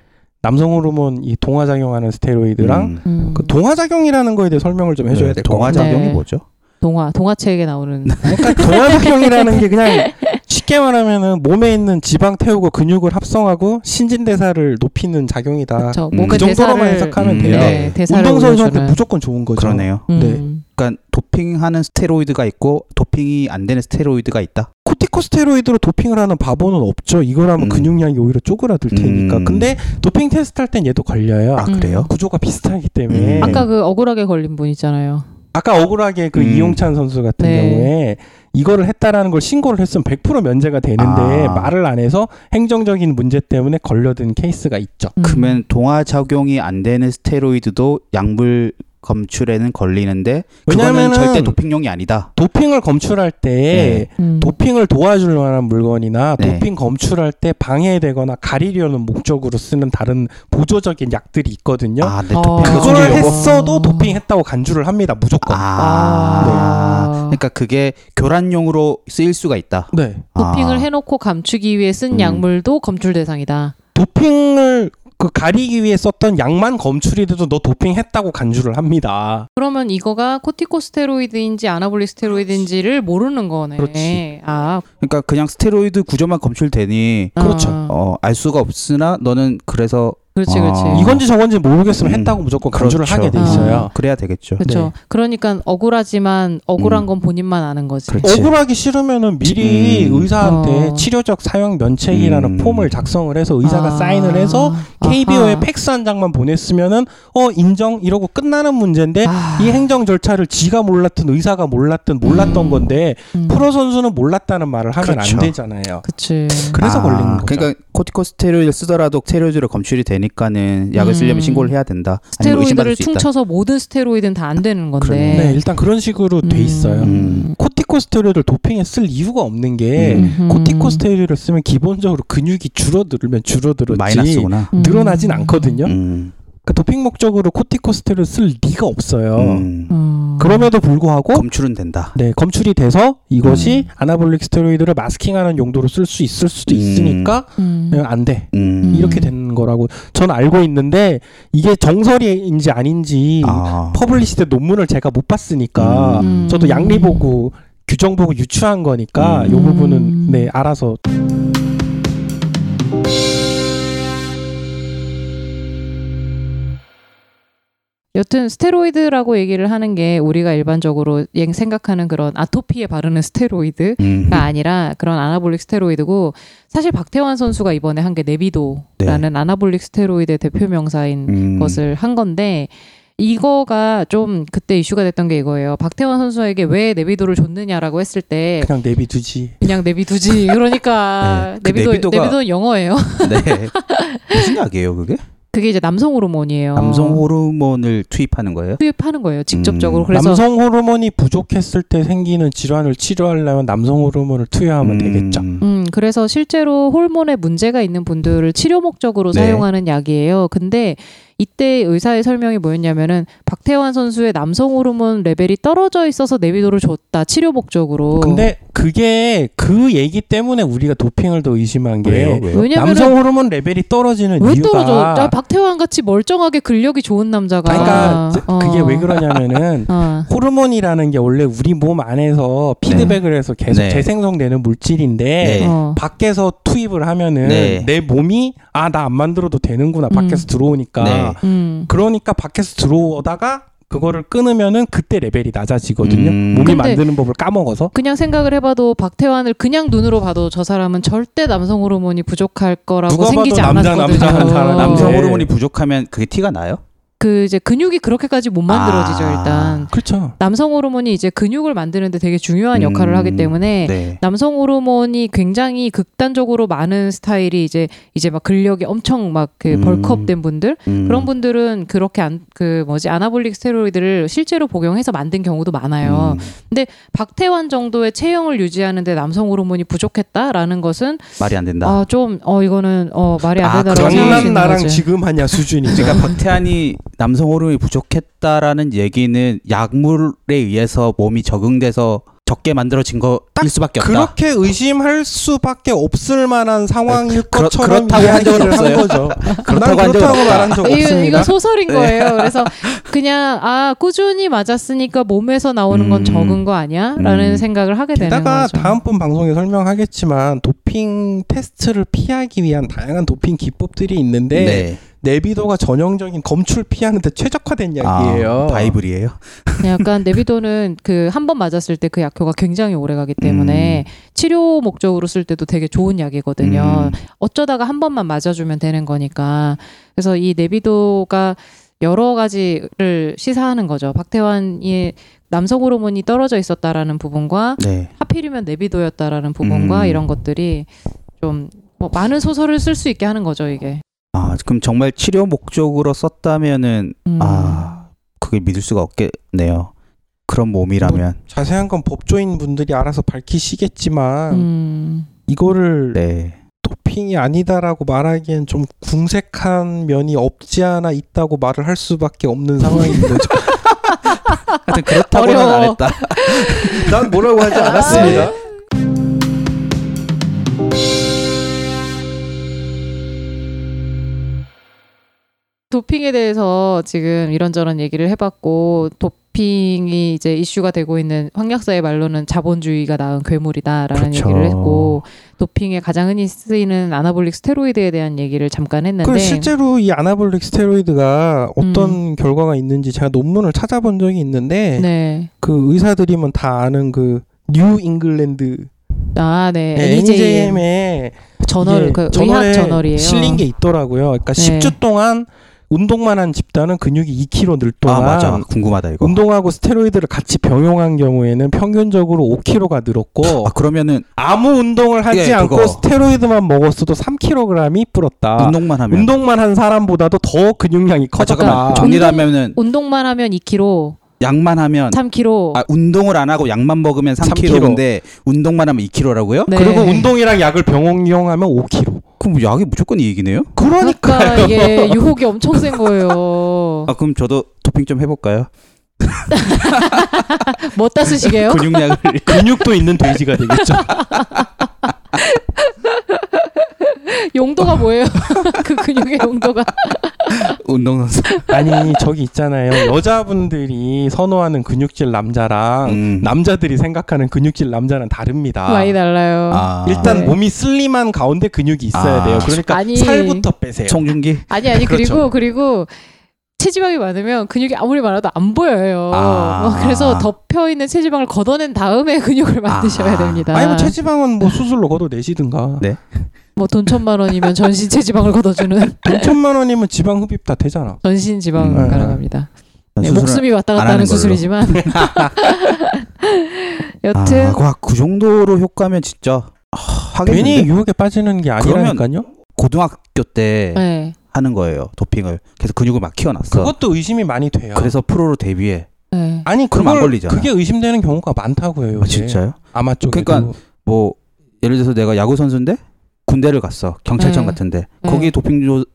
Speaker 2: 남성 호르몬 이 동화 작용하는 스테로이드랑
Speaker 5: 음.
Speaker 3: 음.
Speaker 2: 그 동화 작용이라는 거에 대해 설명을 좀 해줘야
Speaker 5: 네,
Speaker 2: 될 것 같아요.
Speaker 5: 동화작용이
Speaker 3: 네.
Speaker 5: 뭐죠?
Speaker 3: 동화 동화책에 나오는
Speaker 2: 그러니까
Speaker 5: <laughs>
Speaker 2: 동화 작용이라는 게 그냥 쉽게 말하면은 몸에 있는 지방 태우고 근육을 합성하고 신진 대사를 높이는 작용이다.
Speaker 3: 저
Speaker 5: 음.
Speaker 3: 몸의
Speaker 2: 그 정도로만
Speaker 3: 뭐 대사를-
Speaker 2: 해석하면
Speaker 5: 음,
Speaker 2: 돼요.
Speaker 5: 네.
Speaker 3: 대사를
Speaker 2: 운동 선수한테
Speaker 3: 올려주는.
Speaker 2: 무조건 좋은 거죠.
Speaker 5: 그러네요.
Speaker 3: 음.
Speaker 5: 그러니까 도핑하는 스테로이드가 있고 도핑이 안 되는 스테로이드가 있다.
Speaker 2: 코티코스테로이드로 도핑을 하는 바보는 없죠. 이걸 하면
Speaker 5: 음.
Speaker 2: 근육량이 오히려 쪼그라들 테니까.
Speaker 5: 음.
Speaker 2: 근데 도핑 테스트 할 땐 얘도 걸려요.
Speaker 5: 아
Speaker 3: 음.
Speaker 5: 그래요?
Speaker 2: 구조가 비슷하기 때문에
Speaker 5: 음.
Speaker 3: 아까 그 억울하게 걸린 분 있잖아요.
Speaker 2: 아까 억울하게 그
Speaker 5: 음.
Speaker 2: 이용찬 선수 같은
Speaker 3: 네.
Speaker 2: 경우에 이거를 했다라는 걸 신고를 했으면 100% 면제가 되는데
Speaker 5: 아.
Speaker 2: 말을 안 해서 행정적인 문제 때문에 걸려든 케이스가 있죠.
Speaker 3: 음.
Speaker 5: 그러면 동화작용이 안 되는 스테로이드도 약물 검출에는 걸리는데 그거는
Speaker 2: 왜냐하면은
Speaker 5: 절대 도핑용이 아니다.
Speaker 2: 도핑을 검출할 때
Speaker 3: 음.
Speaker 2: 도핑을 도와줄 만한 물건이나
Speaker 5: 네.
Speaker 2: 도핑 검출할 때 방해되거나 가리려는 목적으로 쓰는 다른 보조적인 약들이 있거든요.
Speaker 5: 아, 네,
Speaker 3: 아.
Speaker 5: 도핑
Speaker 2: 그걸
Speaker 5: 검출 요거.
Speaker 2: 했어도 도핑했다고 간주를 합니다. 무조건.
Speaker 5: 아,
Speaker 3: 아.
Speaker 5: 그러니까 그게 교란용으로 쓰일 수가 있다.
Speaker 2: 네.
Speaker 5: 아.
Speaker 3: 도핑을 해놓고 감추기 위해 쓴
Speaker 5: 음.
Speaker 3: 약물도 검출 대상이다.
Speaker 2: 도핑을 그 가리기 위해 썼던 약만 검출이 돼도 너 도핑했다고 간주를 합니다.
Speaker 3: 그러면 이거가 코티코스테로이드인지 아나볼릭 스테로이드인지를 모르는 거네.
Speaker 2: 그렇지.
Speaker 3: 아
Speaker 5: 그러니까 그냥 스테로이드 구조만 검출되니
Speaker 2: 그렇죠.
Speaker 3: 아.
Speaker 5: 어, 알 수가 없으나 너는 그래서
Speaker 3: 그렇지, 그렇지.
Speaker 5: 어.
Speaker 2: 아, 이건지 저건지 모르겠으면
Speaker 5: 음.
Speaker 2: 했다고 뭐 무조건 간주를
Speaker 5: 그렇죠.
Speaker 2: 하게 돼 있어요. 네.
Speaker 5: 그래야 되겠죠.
Speaker 3: 그렇죠. 그러니까 억울하지만 억울한
Speaker 5: 음.
Speaker 3: 건 본인만 아는 거지.
Speaker 2: 그렇죠.
Speaker 5: 그렇지.
Speaker 2: 억울하기 싫으면은 미리
Speaker 5: 음.
Speaker 2: 의사한테
Speaker 3: 어.
Speaker 2: 치료적 사용 면책이라는
Speaker 5: 음.
Speaker 2: 폼을 작성을 해서 의사가
Speaker 3: 아.
Speaker 2: 사인을 해서 KBO에
Speaker 3: 아하.
Speaker 2: 팩스 한 장만 보냈으면은 어 인정 이러고 끝나는 문제인데
Speaker 3: 아.
Speaker 2: 이 행정 절차를 지가 몰랐든 의사가 몰랐든 몰랐던
Speaker 3: 음.
Speaker 2: 건데
Speaker 3: 음.
Speaker 2: 프로 선수는 몰랐다는 말을 하면
Speaker 5: 그렇죠.
Speaker 2: 안 되잖아요.
Speaker 3: 그치.
Speaker 2: 그래서
Speaker 5: 아,
Speaker 2: 걸린 거죠.
Speaker 5: 그러니까 코티코스테로이드 쓰더라도 스테로이드로 검출이 되니까는 약을
Speaker 3: 음.
Speaker 5: 쓰려면 신고를 해야 된다. 아니면
Speaker 3: 스테로이드를
Speaker 5: 의심받을 수 있다.
Speaker 3: 퉁쳐서 모든 스테로이드는 다 안 되는 건데.
Speaker 2: 네, 일단 그런 식으로 돼 있어요.
Speaker 5: 음.
Speaker 2: 코티코스테로이드를 도핑에 쓸 이유가 없는 게
Speaker 5: 음.
Speaker 2: 코티코스테로이드를 쓰면 기본적으로 근육이 줄어들면 줄어들었지
Speaker 5: 마이너스구나.
Speaker 3: 음.
Speaker 2: 늘어나진 않거든요.
Speaker 5: 음.
Speaker 2: 그러니까 도핑 목적으로 코티코스테로이드 쓸 리가 없어요.
Speaker 5: 음.
Speaker 3: 음.
Speaker 2: 그럼에도 불구하고
Speaker 5: 검출은 된다.
Speaker 2: 네, 검출이 돼서 이것이 아나볼릭 스테로이드를 마스킹하는 용도로 쓸 수 있을 수도
Speaker 5: 음.
Speaker 2: 있으니까
Speaker 3: 음.
Speaker 2: 그냥 안 돼.
Speaker 5: 음.
Speaker 3: 음.
Speaker 2: 이렇게 된 거라고 전 알고 있는데 이게 정설인지 아닌지
Speaker 5: 아.
Speaker 2: 퍼블리시드 논문을 제가 못 봤으니까
Speaker 3: 음.
Speaker 2: 저도 양리 보고 규정 보고 유추한 거니까
Speaker 5: 음.
Speaker 2: 이 부분은
Speaker 3: 음.
Speaker 2: 네 알아서
Speaker 3: 여튼 스테로이드라고 얘기를 하는 게 우리가 일반적으로 예- 생각하는 그런 아토피에 바르는 스테로이드가
Speaker 5: 음.
Speaker 3: 아니라 그런 아나볼릭 스테로이드고 사실 박태환 선수가 이번에 한 게 네비도라는 아나볼릭 스테로이드의 대표 명사인
Speaker 5: 음.
Speaker 3: 것을 한 건데 이거가 좀 그때 이슈가 됐던 게 이거예요. 박태환 선수에게 왜 내비도를 줬느냐라고 했을 때
Speaker 2: 그냥 내비두지.
Speaker 3: 그냥
Speaker 5: <laughs>
Speaker 3: 내비두지. 그러니까
Speaker 5: 네, 그러니까. 그
Speaker 3: 내비도
Speaker 5: 내비도가-
Speaker 3: 내비도는 영어예요. <laughs>
Speaker 5: 네. <laughs> 무슨 약이에요, 그게?
Speaker 3: 그게 이제 남성
Speaker 2: 어.
Speaker 3: 호르몬이에요.
Speaker 5: 남성 호르몬을 투입하는 거예요?
Speaker 3: 투입하는 거예요. 직접적으로.
Speaker 5: 음.
Speaker 3: 그래서
Speaker 2: 남성 호르몬이 부족했을 때 생기는 질환을 치료하려면 남성 호르몬을 투여하면 되겠죠.
Speaker 3: 음, 그래서 실제로 호르몬에 문제가 있는 분들을 치료 목적으로
Speaker 5: 네.
Speaker 3: 사용하는 약이에요. 근데 이때 의사의 설명이 뭐였냐면은 박태환 선수의 남성 호르몬 레벨이 떨어져 있어서 내비도를 줬다 치료 목적으로.
Speaker 2: 근데 그게 그 얘기 때문에 우리가 도핑을 더 의심한 게
Speaker 5: 네.
Speaker 3: 왜냐면은
Speaker 2: 남성 호르몬 레벨이 떨어지는
Speaker 3: 왜
Speaker 2: 이유가
Speaker 3: 떨어져? 아, 박태환 같이 멀쩡하게 근력이 좋은 남자가.
Speaker 2: 그러니까 저-
Speaker 3: 어.
Speaker 2: 그게 왜
Speaker 3: <laughs>
Speaker 2: 그러냐면은
Speaker 3: 어.
Speaker 2: 호르몬이라는 게 원래 우리 몸 안에서 피드백을 해서 계속
Speaker 5: 네.
Speaker 2: 재생성되는 물질인데
Speaker 5: 네.
Speaker 3: 어.
Speaker 2: 밖에서 투입을 하면은
Speaker 5: 네.
Speaker 2: 내 몸이 아 나 안 만들어도 되는구나
Speaker 3: 음.
Speaker 2: 밖에서 들어오니까
Speaker 5: 네.
Speaker 3: 음.
Speaker 2: 그러니까 밖에서 들어오다가 그거를 끊으면은 그때 레벨이 낮아지거든요
Speaker 5: 음.
Speaker 2: 몸이
Speaker 3: 근데-
Speaker 2: 만드는 법을 까먹어서
Speaker 3: 그냥 생각을 해봐도 박태환을 그냥 눈으로 봐도 저 사람은 절대 남성 호르몬이 부족할 거라고
Speaker 2: 누가 봐도
Speaker 3: 생기지
Speaker 2: 남자,
Speaker 3: 않았거든요. 어.
Speaker 2: 남자 한 사람,
Speaker 5: 어. 남성
Speaker 2: 네.
Speaker 5: 호르몬이 부족하면 그게 티가 나요?
Speaker 3: 그 이제 근육이 그렇게까지 못 만들어지죠
Speaker 5: 아.
Speaker 3: 일단.
Speaker 2: 그렇죠
Speaker 3: 남성 호르몬이 이제 근육을 만드는데 되게 중요한 역할을
Speaker 5: 음.
Speaker 3: 하기 때문에
Speaker 5: 네.
Speaker 3: 남성 호르몬이 굉장히 극단적으로 많은 스타일이 이제 이제 막 근력이 엄청 막 그
Speaker 5: 음.
Speaker 3: 벌크업된 분들
Speaker 5: 음.
Speaker 3: 그런 분들은 그렇게 안 그 뭐지 아나볼릭 스테로이드를 실제로 복용해서 만든 경우도 많아요.
Speaker 5: 음.
Speaker 3: 박태환 정도의 체형을 유지하는데 남성 호르몬이 부족했다라는 것은
Speaker 5: 말이 안 된다.
Speaker 3: 아 좀 어 이거는 어 말이
Speaker 5: 아,
Speaker 3: 안 된다라고
Speaker 5: 그런
Speaker 3: 생각하시는
Speaker 2: 전남 나랑
Speaker 3: 거지.
Speaker 2: 지금 하냐
Speaker 5: <laughs>
Speaker 2: 수준이죠
Speaker 5: 그러니까 박태환이 남성 호르몬이 부족했다라는 얘기는 약물에 의해서 몸이 적응돼서 적게 만들어진 거일 수밖에 없다.
Speaker 2: 그렇게 의심할 수밖에 없을 만한 상황일
Speaker 5: 네, 그렇-
Speaker 2: 것처럼
Speaker 5: 그렇다고 한 적은
Speaker 2: 이야기를
Speaker 5: 없어요.
Speaker 2: 한 거죠.
Speaker 5: <laughs> 그렇다고 한 적은
Speaker 2: 난 그렇다고
Speaker 5: 없다.
Speaker 2: 말한 적
Speaker 3: 이거,
Speaker 2: 없습니다. 네.
Speaker 3: 이거 소설인 거예요. 그래서 그냥 아 꾸준히 맞았으니까 몸에서 나오는 건
Speaker 5: 음.
Speaker 3: 적은 거 아니야?라는
Speaker 5: 음.
Speaker 3: 생각을 하게 되는
Speaker 2: 게다가
Speaker 3: 거죠.
Speaker 2: 다음 분 방송에 설명하겠지만 도핑 테스트를 피하기 위한 다양한 도핑 기법들이 있는데
Speaker 5: 네.
Speaker 2: 내비도가 전형적인 검출 피하는데 최적화된
Speaker 5: 아,
Speaker 2: 약이에요.
Speaker 5: 바이블이에요.
Speaker 3: 약간 내비도는 그 한 번 맞았을 때 그 약효가 굉장히 오래 가기
Speaker 2: 음.
Speaker 3: 때문에 치료 목적으로 쓸 때도 되게
Speaker 2: 음.
Speaker 3: 좋은
Speaker 5: 네.
Speaker 3: 약이거든요. 어쩌다가 한 번만 맞아주면 되는 거니까. 그래서 이 내비도가 여러 가지를 시사하는 거죠. 박태환이 남성 호르몬이 떨어져 있었다라는 부분과
Speaker 5: 네.
Speaker 3: 하필이면 내비도였다라는 부분과
Speaker 5: 음.
Speaker 3: 이런 것들이 좀뭐 많은 소설을 쓸 수 있게 하는 거죠 이게.
Speaker 5: 아, 그럼 정말 치료 목적으로 썼다면은
Speaker 3: 음.
Speaker 5: 아, 그게 믿을 수가 없겠네요. 그런 몸이라면.
Speaker 2: 자세한 건 법조인 분들이 알아서 밝히시겠지만
Speaker 3: 음.
Speaker 2: 이거를
Speaker 5: 네.
Speaker 2: 도핑이 아니다라고 말하기엔 좀 궁색한 면이 없지 않아 있다고 말을 할 수밖에 없는
Speaker 3: <laughs>
Speaker 2: 상황인 거죠.
Speaker 5: 하여튼 그렇다고는
Speaker 3: 어려워.
Speaker 5: 안 했다. 아, 네.
Speaker 2: 난 뭐라고 하지 않았습니다.
Speaker 3: 도핑에 대해서 지금 이런저런 얘기를 해봤고 도핑이 이제 이슈가 되고 있는 황 약사의 말로는 자본주의가 낳은 괴물이다라는
Speaker 5: 그렇죠.
Speaker 3: 얘기를 했고 도핑에 가장 흔히 쓰이는 아나볼릭 스테로이드에 대한 얘기를 잠깐 했는데
Speaker 2: 그 실제로 이 아나볼릭 스테로이드가 어떤 결과가 있는지 제가 논문을 찾아본 적이 있는데
Speaker 3: 음. 네.
Speaker 2: 그 의사들이면 다 아는 그 뉴 잉글랜드
Speaker 3: 아, 네. NEJM
Speaker 2: NJM의 예,
Speaker 3: 저널 그 의학 저널이에요.
Speaker 2: 실린 게 있더라고요. 그러니까
Speaker 3: 네.
Speaker 2: 10주 동안 운동만 한 집단은 근육이 2kg 늘
Speaker 5: 아,
Speaker 2: 동안
Speaker 5: 맞아. 궁금하다 이거.
Speaker 2: 운동하고 스테로이드를 같이 병용한 경우에는 평균적으로 5kg가 늘었고
Speaker 5: 아, 그러면은
Speaker 2: 아무 운동을 하지
Speaker 5: 예,
Speaker 2: 않고
Speaker 5: 그거.
Speaker 2: 스테로이드만 먹었어도 3kg이 불었다.
Speaker 5: 운동만
Speaker 2: 아,
Speaker 5: 하면
Speaker 2: 운동만 한 사람보다도 더 근육량이
Speaker 5: 아,
Speaker 2: 커졌다.
Speaker 5: 잠깐만. 정리를 하면은
Speaker 3: 운동만 하면 2kg,
Speaker 5: 약만 하면
Speaker 3: 3kg.
Speaker 5: 아, 운동을 안 하고 약만 먹으면 3kg인데 운동만 하면 2kg라고요?
Speaker 3: 네.
Speaker 2: 그리고 운동이랑 약을 병용하면 5kg.
Speaker 5: 그럼 뭐 약이 무조건 이익이네요?
Speaker 3: <laughs> 그러니까 이게
Speaker 5: <laughs>
Speaker 3: 유혹이 엄청 센 거예요.
Speaker 5: 아, 그럼 저도 도핑 좀 해볼까요?
Speaker 3: 뭐 따쓰시게요?
Speaker 5: 근육량을
Speaker 2: 근육도 있는 돼지가 되겠죠.
Speaker 3: <laughs> 용도가 뭐예요? <laughs> 그 근육의 용도가.
Speaker 5: 운동선수.
Speaker 2: <laughs> 아니 저기 있잖아요. 여자분들이 선호하는 근육질 남자랑
Speaker 5: 음.
Speaker 2: 남자들이 생각하는 근육질 남자는 다릅니다.
Speaker 3: 많이 달라요.
Speaker 5: 아,
Speaker 2: 일단
Speaker 3: 네.
Speaker 2: 몸이 슬림한 가운데 근육이 있어야
Speaker 5: 아.
Speaker 2: 돼요. 그러니까
Speaker 3: 아니.
Speaker 2: 살부터 빼세요.
Speaker 5: 송중기.
Speaker 3: 아니, 아니, 그리고
Speaker 5: 그렇죠.
Speaker 3: 그리고 체지방이 많으면 근육이 아무리 많아도 안 보여요.
Speaker 5: 아.
Speaker 3: 어, 그래서 덮여있는 체지방을 걷어낸 다음에 <laughs> 근육을 만드셔야
Speaker 5: 아.
Speaker 3: 됩니다.
Speaker 2: 아니 뭐 체지방은 뭐 수술로 걷어내시든가
Speaker 5: 네.
Speaker 3: 뭐돈 천만 원이면 전신 체지방을
Speaker 5: <laughs>
Speaker 3: 걷어주는
Speaker 2: 돈 천만 원이면 지방 흡입 다 되잖아.
Speaker 3: 전신 지방
Speaker 5: 음.
Speaker 3: 가능합니다. 네,
Speaker 5: 수술은-
Speaker 3: 목숨이 왔다
Speaker 5: 안
Speaker 3: 갔다 하는
Speaker 5: 하는 걸로. <laughs>
Speaker 3: 수술이지만 <laughs> 여튼
Speaker 5: 아, 와, 그 정도로 효과면 진짜 아, 하겠는데.
Speaker 2: 괜히 유혹에 빠지는 게 아니라니까요.
Speaker 5: 고등학교 때
Speaker 3: 네.
Speaker 5: 하는 거예요. 도핑을. 그래서 근육을 막 키워놨어.
Speaker 2: 그것도 의심이 많이 돼요.
Speaker 5: 그래서 프로로 데뷔해.
Speaker 3: 네.
Speaker 2: 아니
Speaker 5: 그럼 안
Speaker 2: 그걸-
Speaker 5: 걸리잖아.
Speaker 2: 그게 의심되는 경우가 많다고 해요.
Speaker 5: 아,
Speaker 2: 요새.
Speaker 5: 진짜요?
Speaker 2: 아마 쪽에도.
Speaker 5: 그러니까 뭐 예를 들어서 내가 야구 선수인데 군대를 갔어. 경찰청
Speaker 3: 네.
Speaker 5: 같은데.
Speaker 3: 네.
Speaker 5: 거기 도핑 조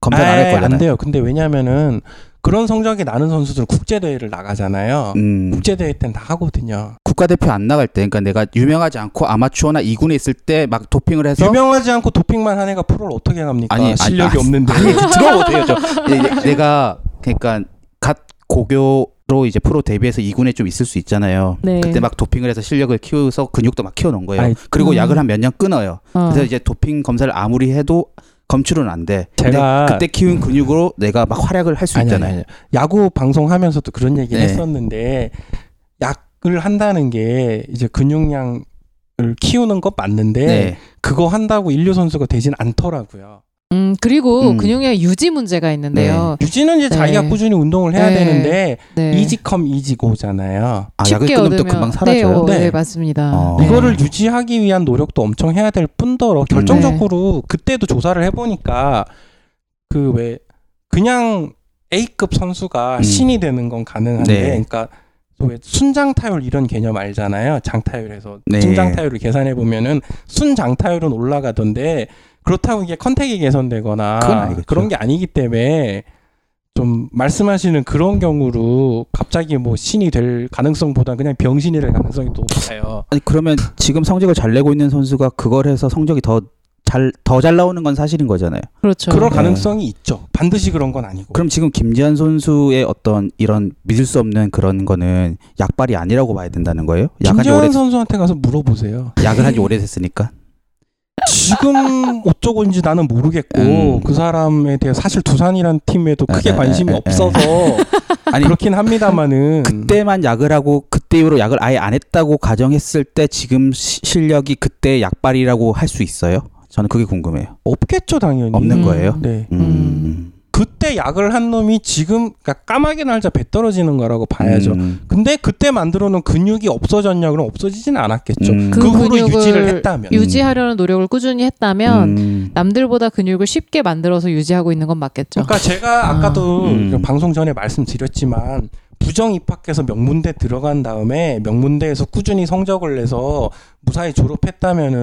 Speaker 5: 검색 안 할
Speaker 2: 아예
Speaker 5: 거잖아요.
Speaker 2: 안 돼요. 근데 왜냐면은 그런 성적이 나는 선수들은 국제대회를 나가잖아요.
Speaker 5: 음,
Speaker 2: 국제대회 때는 다 하거든요.
Speaker 5: 국가대표 안 나갈 때, 그러니까 내가 유명하지 않고 아마추어나 2군에 있을 때 막 도핑을 해서
Speaker 2: 유명하지 않고 도핑만 한 애가 프로를 어떻게 갑니까?
Speaker 5: 아니, 아니,
Speaker 2: 실력이
Speaker 5: 아,
Speaker 2: 없는데.
Speaker 5: 아니, <laughs> 들어보세요. 저 예, 예, 내가 그러니까 갓 고교로 이제 프로 데뷔해서 2군에 좀 있을 수 있잖아요.
Speaker 3: 네.
Speaker 5: 그때 막 도핑을 해서 실력을 키워서 근육도 막 키워놓은 거예요.
Speaker 2: 아이,
Speaker 5: 그리고
Speaker 3: 음.
Speaker 5: 약을 한 몇 년 끊어요.
Speaker 3: 어.
Speaker 5: 아, 그래서 이제 도핑 검사를 아무리 해도 검출은 안 돼. 근데
Speaker 2: 제가-
Speaker 5: 그때 키운 근육으로 내가 막 활약을 할 수
Speaker 2: 아니,
Speaker 5: 있잖아요.
Speaker 2: 아니, 아니. 야구 방송하면서도 그런 얘기를
Speaker 5: 네.
Speaker 2: 했었는데 약을 한다는 게 이제 근육량을 키우는 건 맞는데
Speaker 5: 네.
Speaker 2: 그거 한다고 인류 선수가 되진 않더라고요.
Speaker 3: 음 그리고
Speaker 5: 음.
Speaker 3: 근육량 유지 문제가 있는데요.
Speaker 2: 유지는 이제 자기가
Speaker 3: 네.
Speaker 2: 꾸준히 운동을 해야
Speaker 3: 네.
Speaker 2: 되는데
Speaker 3: 네.
Speaker 2: 이지컴 이지고잖아요.
Speaker 5: 아, 약을
Speaker 3: 쉽게
Speaker 5: 끊으면
Speaker 3: 얻으면
Speaker 5: 또 금방
Speaker 3: 네,
Speaker 5: 사라져요.
Speaker 3: 어, 네.
Speaker 2: 네.
Speaker 3: 맞습니다.
Speaker 5: 어.
Speaker 3: 네.
Speaker 2: 이거를 유지하기 위한 노력도 엄청 해야 될
Speaker 5: 음.
Speaker 2: 뿐더러 결정적으로 그때도 조사를 해보니까 그 왜 그냥 A급 선수가
Speaker 5: 음.
Speaker 2: 신이 되는 건 가능한데
Speaker 5: 네.
Speaker 2: 그러니까 또왜 순장 타율 이런 개념 알잖아요 장타율에서
Speaker 5: 네.
Speaker 2: 순장 타율을 계산해 보면은 순장 타율은 올라가던데 그렇다고 이게 컨택이
Speaker 5: 그건
Speaker 2: 개선되거나
Speaker 5: 아니겠죠.
Speaker 2: 그런 게 아니기 때문에 좀 말씀하시는 그런 경우로 갑자기 뭐 신이 될 가능성보다 그냥 병신이 될 가능성이 더 높아요.
Speaker 5: 아니 그러면 지금 성적을 잘 내고 있는 선수가 그걸 해서 성적이 더 잘 더 잘 나오는 건 사실인 거잖아요.
Speaker 3: 그렇죠.
Speaker 2: 그럴
Speaker 5: 네.
Speaker 2: 가능성이 있죠. 반드시 그런 건 아니고.
Speaker 5: 그럼 지금 김지한 선수의 어떤 이런 믿을 수 없는 그런 거는 약발이 아니라고 봐야 된다는 거예요? 약한 지
Speaker 2: 김재현
Speaker 5: 오래
Speaker 2: 선수한테 가서 물어보세요.
Speaker 5: 약을 한 지 오래됐으니까. <laughs>
Speaker 2: 지금 어쩌고인지 나는 모르겠고
Speaker 5: 음. 네,
Speaker 2: 그 사람에 대해 사실 두산이란 팀에도 크게
Speaker 5: 에, 에,
Speaker 2: 관심이
Speaker 5: 에, 에.
Speaker 2: 없어서
Speaker 5: <laughs> 아니
Speaker 2: 그렇긴 합니다만은
Speaker 5: 그때만 약을 하고 그때 이후로 약을 아예 안 했다고 가정했을 때 지금 시- 실력이 그때 약발이라고 할 수 있어요? 저는 그게 궁금해요.
Speaker 2: 없겠죠 당연히.
Speaker 5: 없는
Speaker 3: 음.
Speaker 5: 거예요?
Speaker 2: 네.
Speaker 5: 음.
Speaker 2: 그때 약을 한 놈이 지금 그러니까 까마귀 날자 배 떨어지는 거라고 봐야죠.
Speaker 5: 음.
Speaker 2: 근데 그때 만들어 놓은 근육이 없어졌냐 그럼 없어지진 않았겠죠.
Speaker 5: 음.
Speaker 2: 그
Speaker 3: 그
Speaker 2: 후로
Speaker 3: 근육을
Speaker 2: 유지를 했다면.
Speaker 3: 유지하려는 노력을 꾸준히 했다면
Speaker 5: 음.
Speaker 3: 남들보다 근육을 쉽게 만들어서 유지하고 있는 건 맞겠죠.
Speaker 2: 그러니까 제가 아까도
Speaker 5: 음.
Speaker 2: 그 방송 전에 말씀드렸지만 부정 입학해서 명문대 들어간 다음에 명문대에서 꾸준히 성적을 내서 무사히 졸업했다면은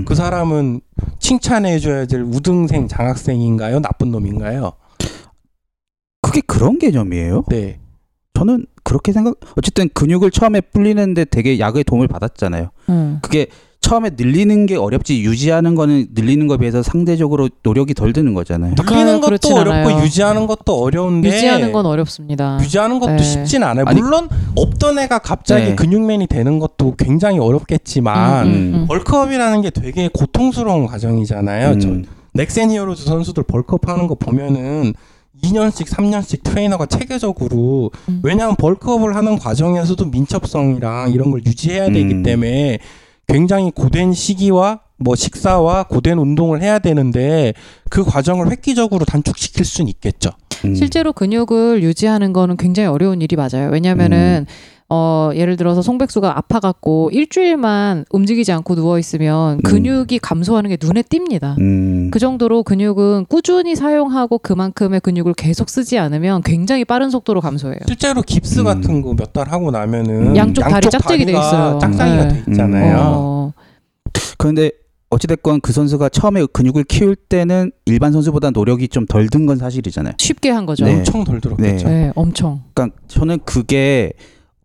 Speaker 5: 음.
Speaker 2: 그 사람은 칭찬해 줘야 될 우등생 장학생인가요? 나쁜 놈인가요?
Speaker 5: 그게 그런 개념이에요?
Speaker 2: 네.
Speaker 5: 저는 그렇게 생각 어쨌든 근육을 처음에 불리는데 되게 약의 도움을 받았잖아요.
Speaker 3: 음.
Speaker 5: 그게 처음에 늘리는 게 어렵지 유지하는 거는 늘리는 거에 비해서 상대적으로 노력이 덜 드는 거잖아요.
Speaker 2: 늘리는 것도
Speaker 3: 그렇진
Speaker 2: 어렵고
Speaker 3: 않아요.
Speaker 2: 유지하는 것도 어려운데 음,
Speaker 3: 유지하는 건 어렵습니다.
Speaker 2: 유지하는 것도
Speaker 3: 네.
Speaker 2: 쉽진 않아요.
Speaker 5: 아니,
Speaker 2: 물론 없던 애가 갑자기
Speaker 5: 네.
Speaker 2: 근육맨이 되는 것도 굉장히 어렵겠지만
Speaker 5: 음.
Speaker 2: 벌크업이라는 게 되게 고통스러운 과정이잖아요. 저
Speaker 5: 음.
Speaker 2: 넥센 히어로즈 선수들 벌크업 하는 거 보면은 2년씩 3년씩 트레이너가 체계적으로
Speaker 3: 음.
Speaker 2: 왜냐하면 벌크업을 하는 과정에서도 민첩성이랑 이런 걸 유지해야 되기
Speaker 5: 음.
Speaker 2: 때문에 굉장히 고된 시기와 뭐 식사와 고된 운동을 해야 되는데 그 과정을 획기적으로 단축시킬 수는 있겠죠.
Speaker 5: 음.
Speaker 3: 실제로 근육을 유지하는 거는 굉장히 어려운 일이 맞아요. 왜냐면은 어 예를 들어서 송백수가 아파갖고 일주일만 움직이지 않고 누워 있으면 근육이 감소하는 게 눈에 띕니다.
Speaker 5: 음.
Speaker 3: 그 정도로 근육은 꾸준히 사용하고 그만큼의 근육을 계속 쓰지 않으면 굉장히 빠른 속도로 감소해요.
Speaker 2: 실제로 깁스
Speaker 5: 음.
Speaker 2: 같은 거 몇 달 하고 나면은
Speaker 3: 양쪽 다리 짝짝이 돼
Speaker 2: 다리가
Speaker 3: 있어요.
Speaker 2: 짝짝이가
Speaker 3: 네.
Speaker 2: 돼 있잖아요.
Speaker 3: 어,
Speaker 5: 그런데 어찌됐건 그 선수가 처음에 근육을 키울 때는 일반 선수보다 노력이 좀 덜 든 건 사실이잖아요.
Speaker 3: 쉽게 한 거죠.
Speaker 5: 네.
Speaker 3: 네,
Speaker 2: 엄청 덜 들었겠죠.
Speaker 5: 네.
Speaker 3: 엄청.
Speaker 5: 그러니까 저는 그게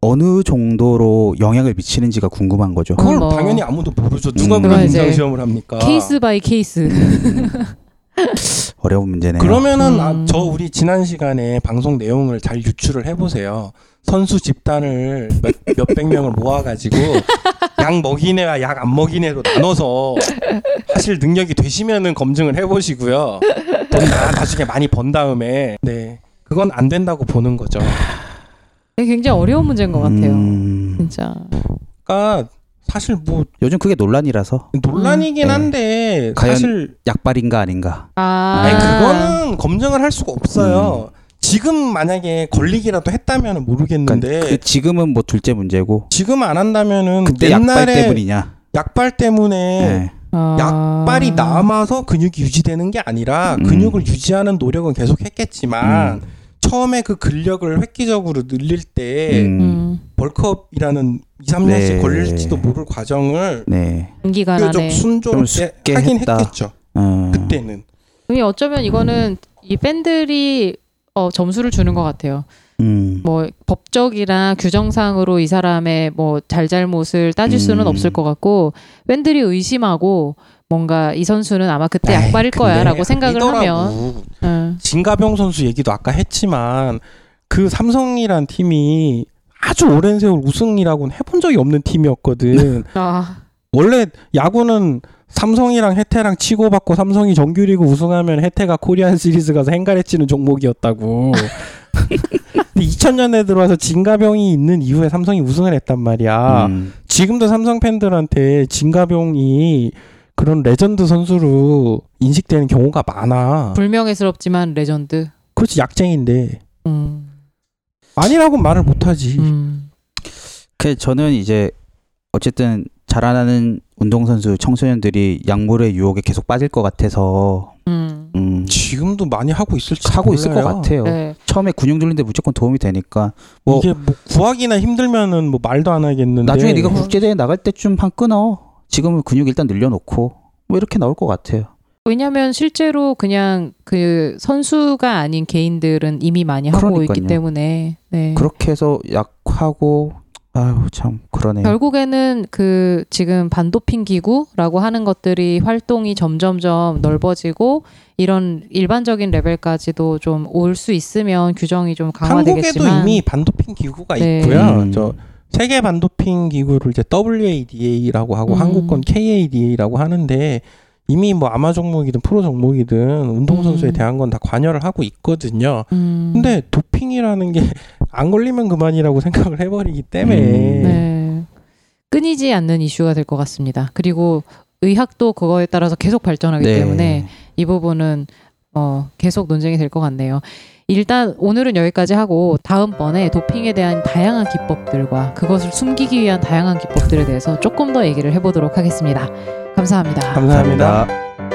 Speaker 5: 어느 정도로 영향을 미치는지가 궁금한 거죠.
Speaker 2: 그걸
Speaker 3: 뭐.
Speaker 2: 당연히 아무도 모르죠. 누가
Speaker 5: 음.
Speaker 2: 그런
Speaker 3: 그건 이제
Speaker 2: 임상 시험을 합니까?
Speaker 3: 네. 케이스 바이 케이스. <laughs>
Speaker 5: 어려운 문제네요.
Speaker 2: 그러면은
Speaker 3: 음.
Speaker 2: 아, 저 우리 지난 시간에 방송 내용을 잘 유출을 해보세요. 선수 집단을 몇, 몇백 명을
Speaker 3: <laughs>
Speaker 2: 모아가지고 약 먹인 애와 약 안 먹인 애로 나눠서 사실 능력이 되시면은 검증을 해보시고요. 돈 나- 나중에 많이 번 다음에 네 그건 안 된다고 보는 거죠.
Speaker 3: 이게 굉장히 어려운 문제인 것 같아요.
Speaker 5: 음.
Speaker 3: 진짜.
Speaker 2: 그러니까 사실 뭐
Speaker 5: 요즘 그게 논란이라서
Speaker 2: 논란이긴
Speaker 5: 음.
Speaker 2: 한데
Speaker 5: 과연-
Speaker 2: 사실
Speaker 5: 약발인가 아닌가.
Speaker 3: 아,
Speaker 2: 아니 그거는 검증을 할 수가 없어요.
Speaker 5: 음.
Speaker 2: 지금 만약에 걸리기라도 했다면 모르겠는데
Speaker 5: 그러니까 그 지금은 뭐 둘째 문제고
Speaker 2: 지금 안 한다면은
Speaker 5: 그때 약발
Speaker 2: 옛날에 예,
Speaker 5: 때문이냐.
Speaker 2: 약발 때문에
Speaker 5: 네.
Speaker 3: 아.
Speaker 2: 약발이 남아서 근육이 유지되는 게 아니라
Speaker 5: 음.
Speaker 2: 근육을 유지하는 노력은 계속 했겠지만
Speaker 5: 음.
Speaker 2: 처음에 그 근력을 획기적으로 늘릴 때
Speaker 5: 음.
Speaker 3: 음.
Speaker 2: 벌크업이라는 2, 3년씩
Speaker 5: 네.
Speaker 2: 걸릴지도 모를 과정을
Speaker 5: 네.
Speaker 3: 기간
Speaker 2: 비교적
Speaker 3: 안에.
Speaker 2: 순조롭게
Speaker 5: 좀 쉽게
Speaker 2: 하긴
Speaker 5: 했다.
Speaker 2: 했겠죠
Speaker 5: 어.
Speaker 2: 그때는
Speaker 3: 이 어쩌면 이거는 이 팬들이 어, 점수를 주는 것 같아요.
Speaker 5: 음.
Speaker 3: 뭐 법적이나 규정상으로 이 사람의 뭐 잘잘못을 따질 수는
Speaker 5: 음.
Speaker 3: 없을 것 같고 팬들이 의심하고 뭔가 이 선수는 아마
Speaker 2: 에이,
Speaker 3: 그때 약발일
Speaker 2: 네. 근데
Speaker 3: 거야라고 생각을 하면 예.
Speaker 2: 아니더라고.
Speaker 3: 응.
Speaker 2: 진가병 선수 얘기도 아까 했지만 그 삼성이란 팀이 아주 오랜 세월 우승이라고는 해본 적이 없는 팀이었거든.
Speaker 3: 아,
Speaker 2: 원래 야구는 삼성이랑 해태랑 치고받고 삼성이 정규리그 우승하면 해태가 코리안 시리즈 가서 행가래치는
Speaker 5: <laughs>
Speaker 2: 종목이었다고. 근데 2000년에 들어와서 진가병이 있는 이후에 삼성이 우승을 했단 말이야.
Speaker 5: 음.
Speaker 2: 지금도 삼성 팬들한테 진가병이 그런 레전드 선수로 인식되는 경우가 많아.
Speaker 3: 불명예스럽지만 레전드.
Speaker 2: 그렇지 약쟁인데
Speaker 3: 음.
Speaker 2: 아니라고 말을 못하지.
Speaker 3: 음.
Speaker 5: 그 저는 이제 어쨌든 자라나는 운동선수 청소년들이 약물의 유혹에 계속 빠질 것 같아서
Speaker 3: 음.
Speaker 5: 음,
Speaker 2: 지금도 많이 하고 있을
Speaker 5: 하고 있을 것 같아요.
Speaker 3: 네.
Speaker 5: 처음에 근육 줄는데 무조건 도움이 되니까 뭐
Speaker 2: 이게 뭐 구하기나 힘들면은 뭐 말도 안 하겠는데.
Speaker 5: 나중에 네가 국제대회 나갈 때쯤 한 끊어. 지금은 근육 일단 늘려놓고 뭐 이렇게 나올 것 같아요.
Speaker 3: 왜냐하면 실제로 그냥 그 선수가 아닌 개인들은 이미 많이 하고 있기
Speaker 5: 그러니까요.
Speaker 3: 때문에 네.
Speaker 5: 그렇게 해서 약하고 아유 참 그러네요.
Speaker 3: 결국에는 그 지금 반도핑 기구라고 하는 것들이 활동이 점점점 넓어지고 이런 일반적인 레벨까지도 좀 올 수 있으면 규정이 좀
Speaker 2: 한국에도
Speaker 3: 강화되겠지만
Speaker 2: 이미 반도핑 기구가
Speaker 3: 네.
Speaker 2: 있고요.
Speaker 5: 음.
Speaker 2: 저 세계 반도핑 기구를 이제 WADA라고 하고
Speaker 3: 음.
Speaker 2: 한국 건 KADA라고 하는데 이미 뭐 아마 종목이든 프로 종목이든 운동 선수에
Speaker 3: 음.
Speaker 2: 대한 건 다 관여를 하고 있거든요.
Speaker 3: 음,
Speaker 2: 근데 도핑이라는 게 <laughs> 안 걸리면 그만이라고 생각을 해버리기 때문에
Speaker 5: 음.
Speaker 3: 네. 끊이지 않는 이슈가 될 것 같습니다. 그리고 의학도 그거에 따라서 계속 발전하기
Speaker 2: 네.
Speaker 5: 네.
Speaker 3: 때문에 이 부분은 어, 계속 논쟁이 될 것 같네요. 일단 오늘은 여기까지 하고 다음번에 도핑에 대한 다양한 기법들과 그것을 숨기기 위한 다양한 기법들에 대해서 조금 더 얘기를 해보도록 하겠습니다. 감사합니다.
Speaker 2: 감사합니다.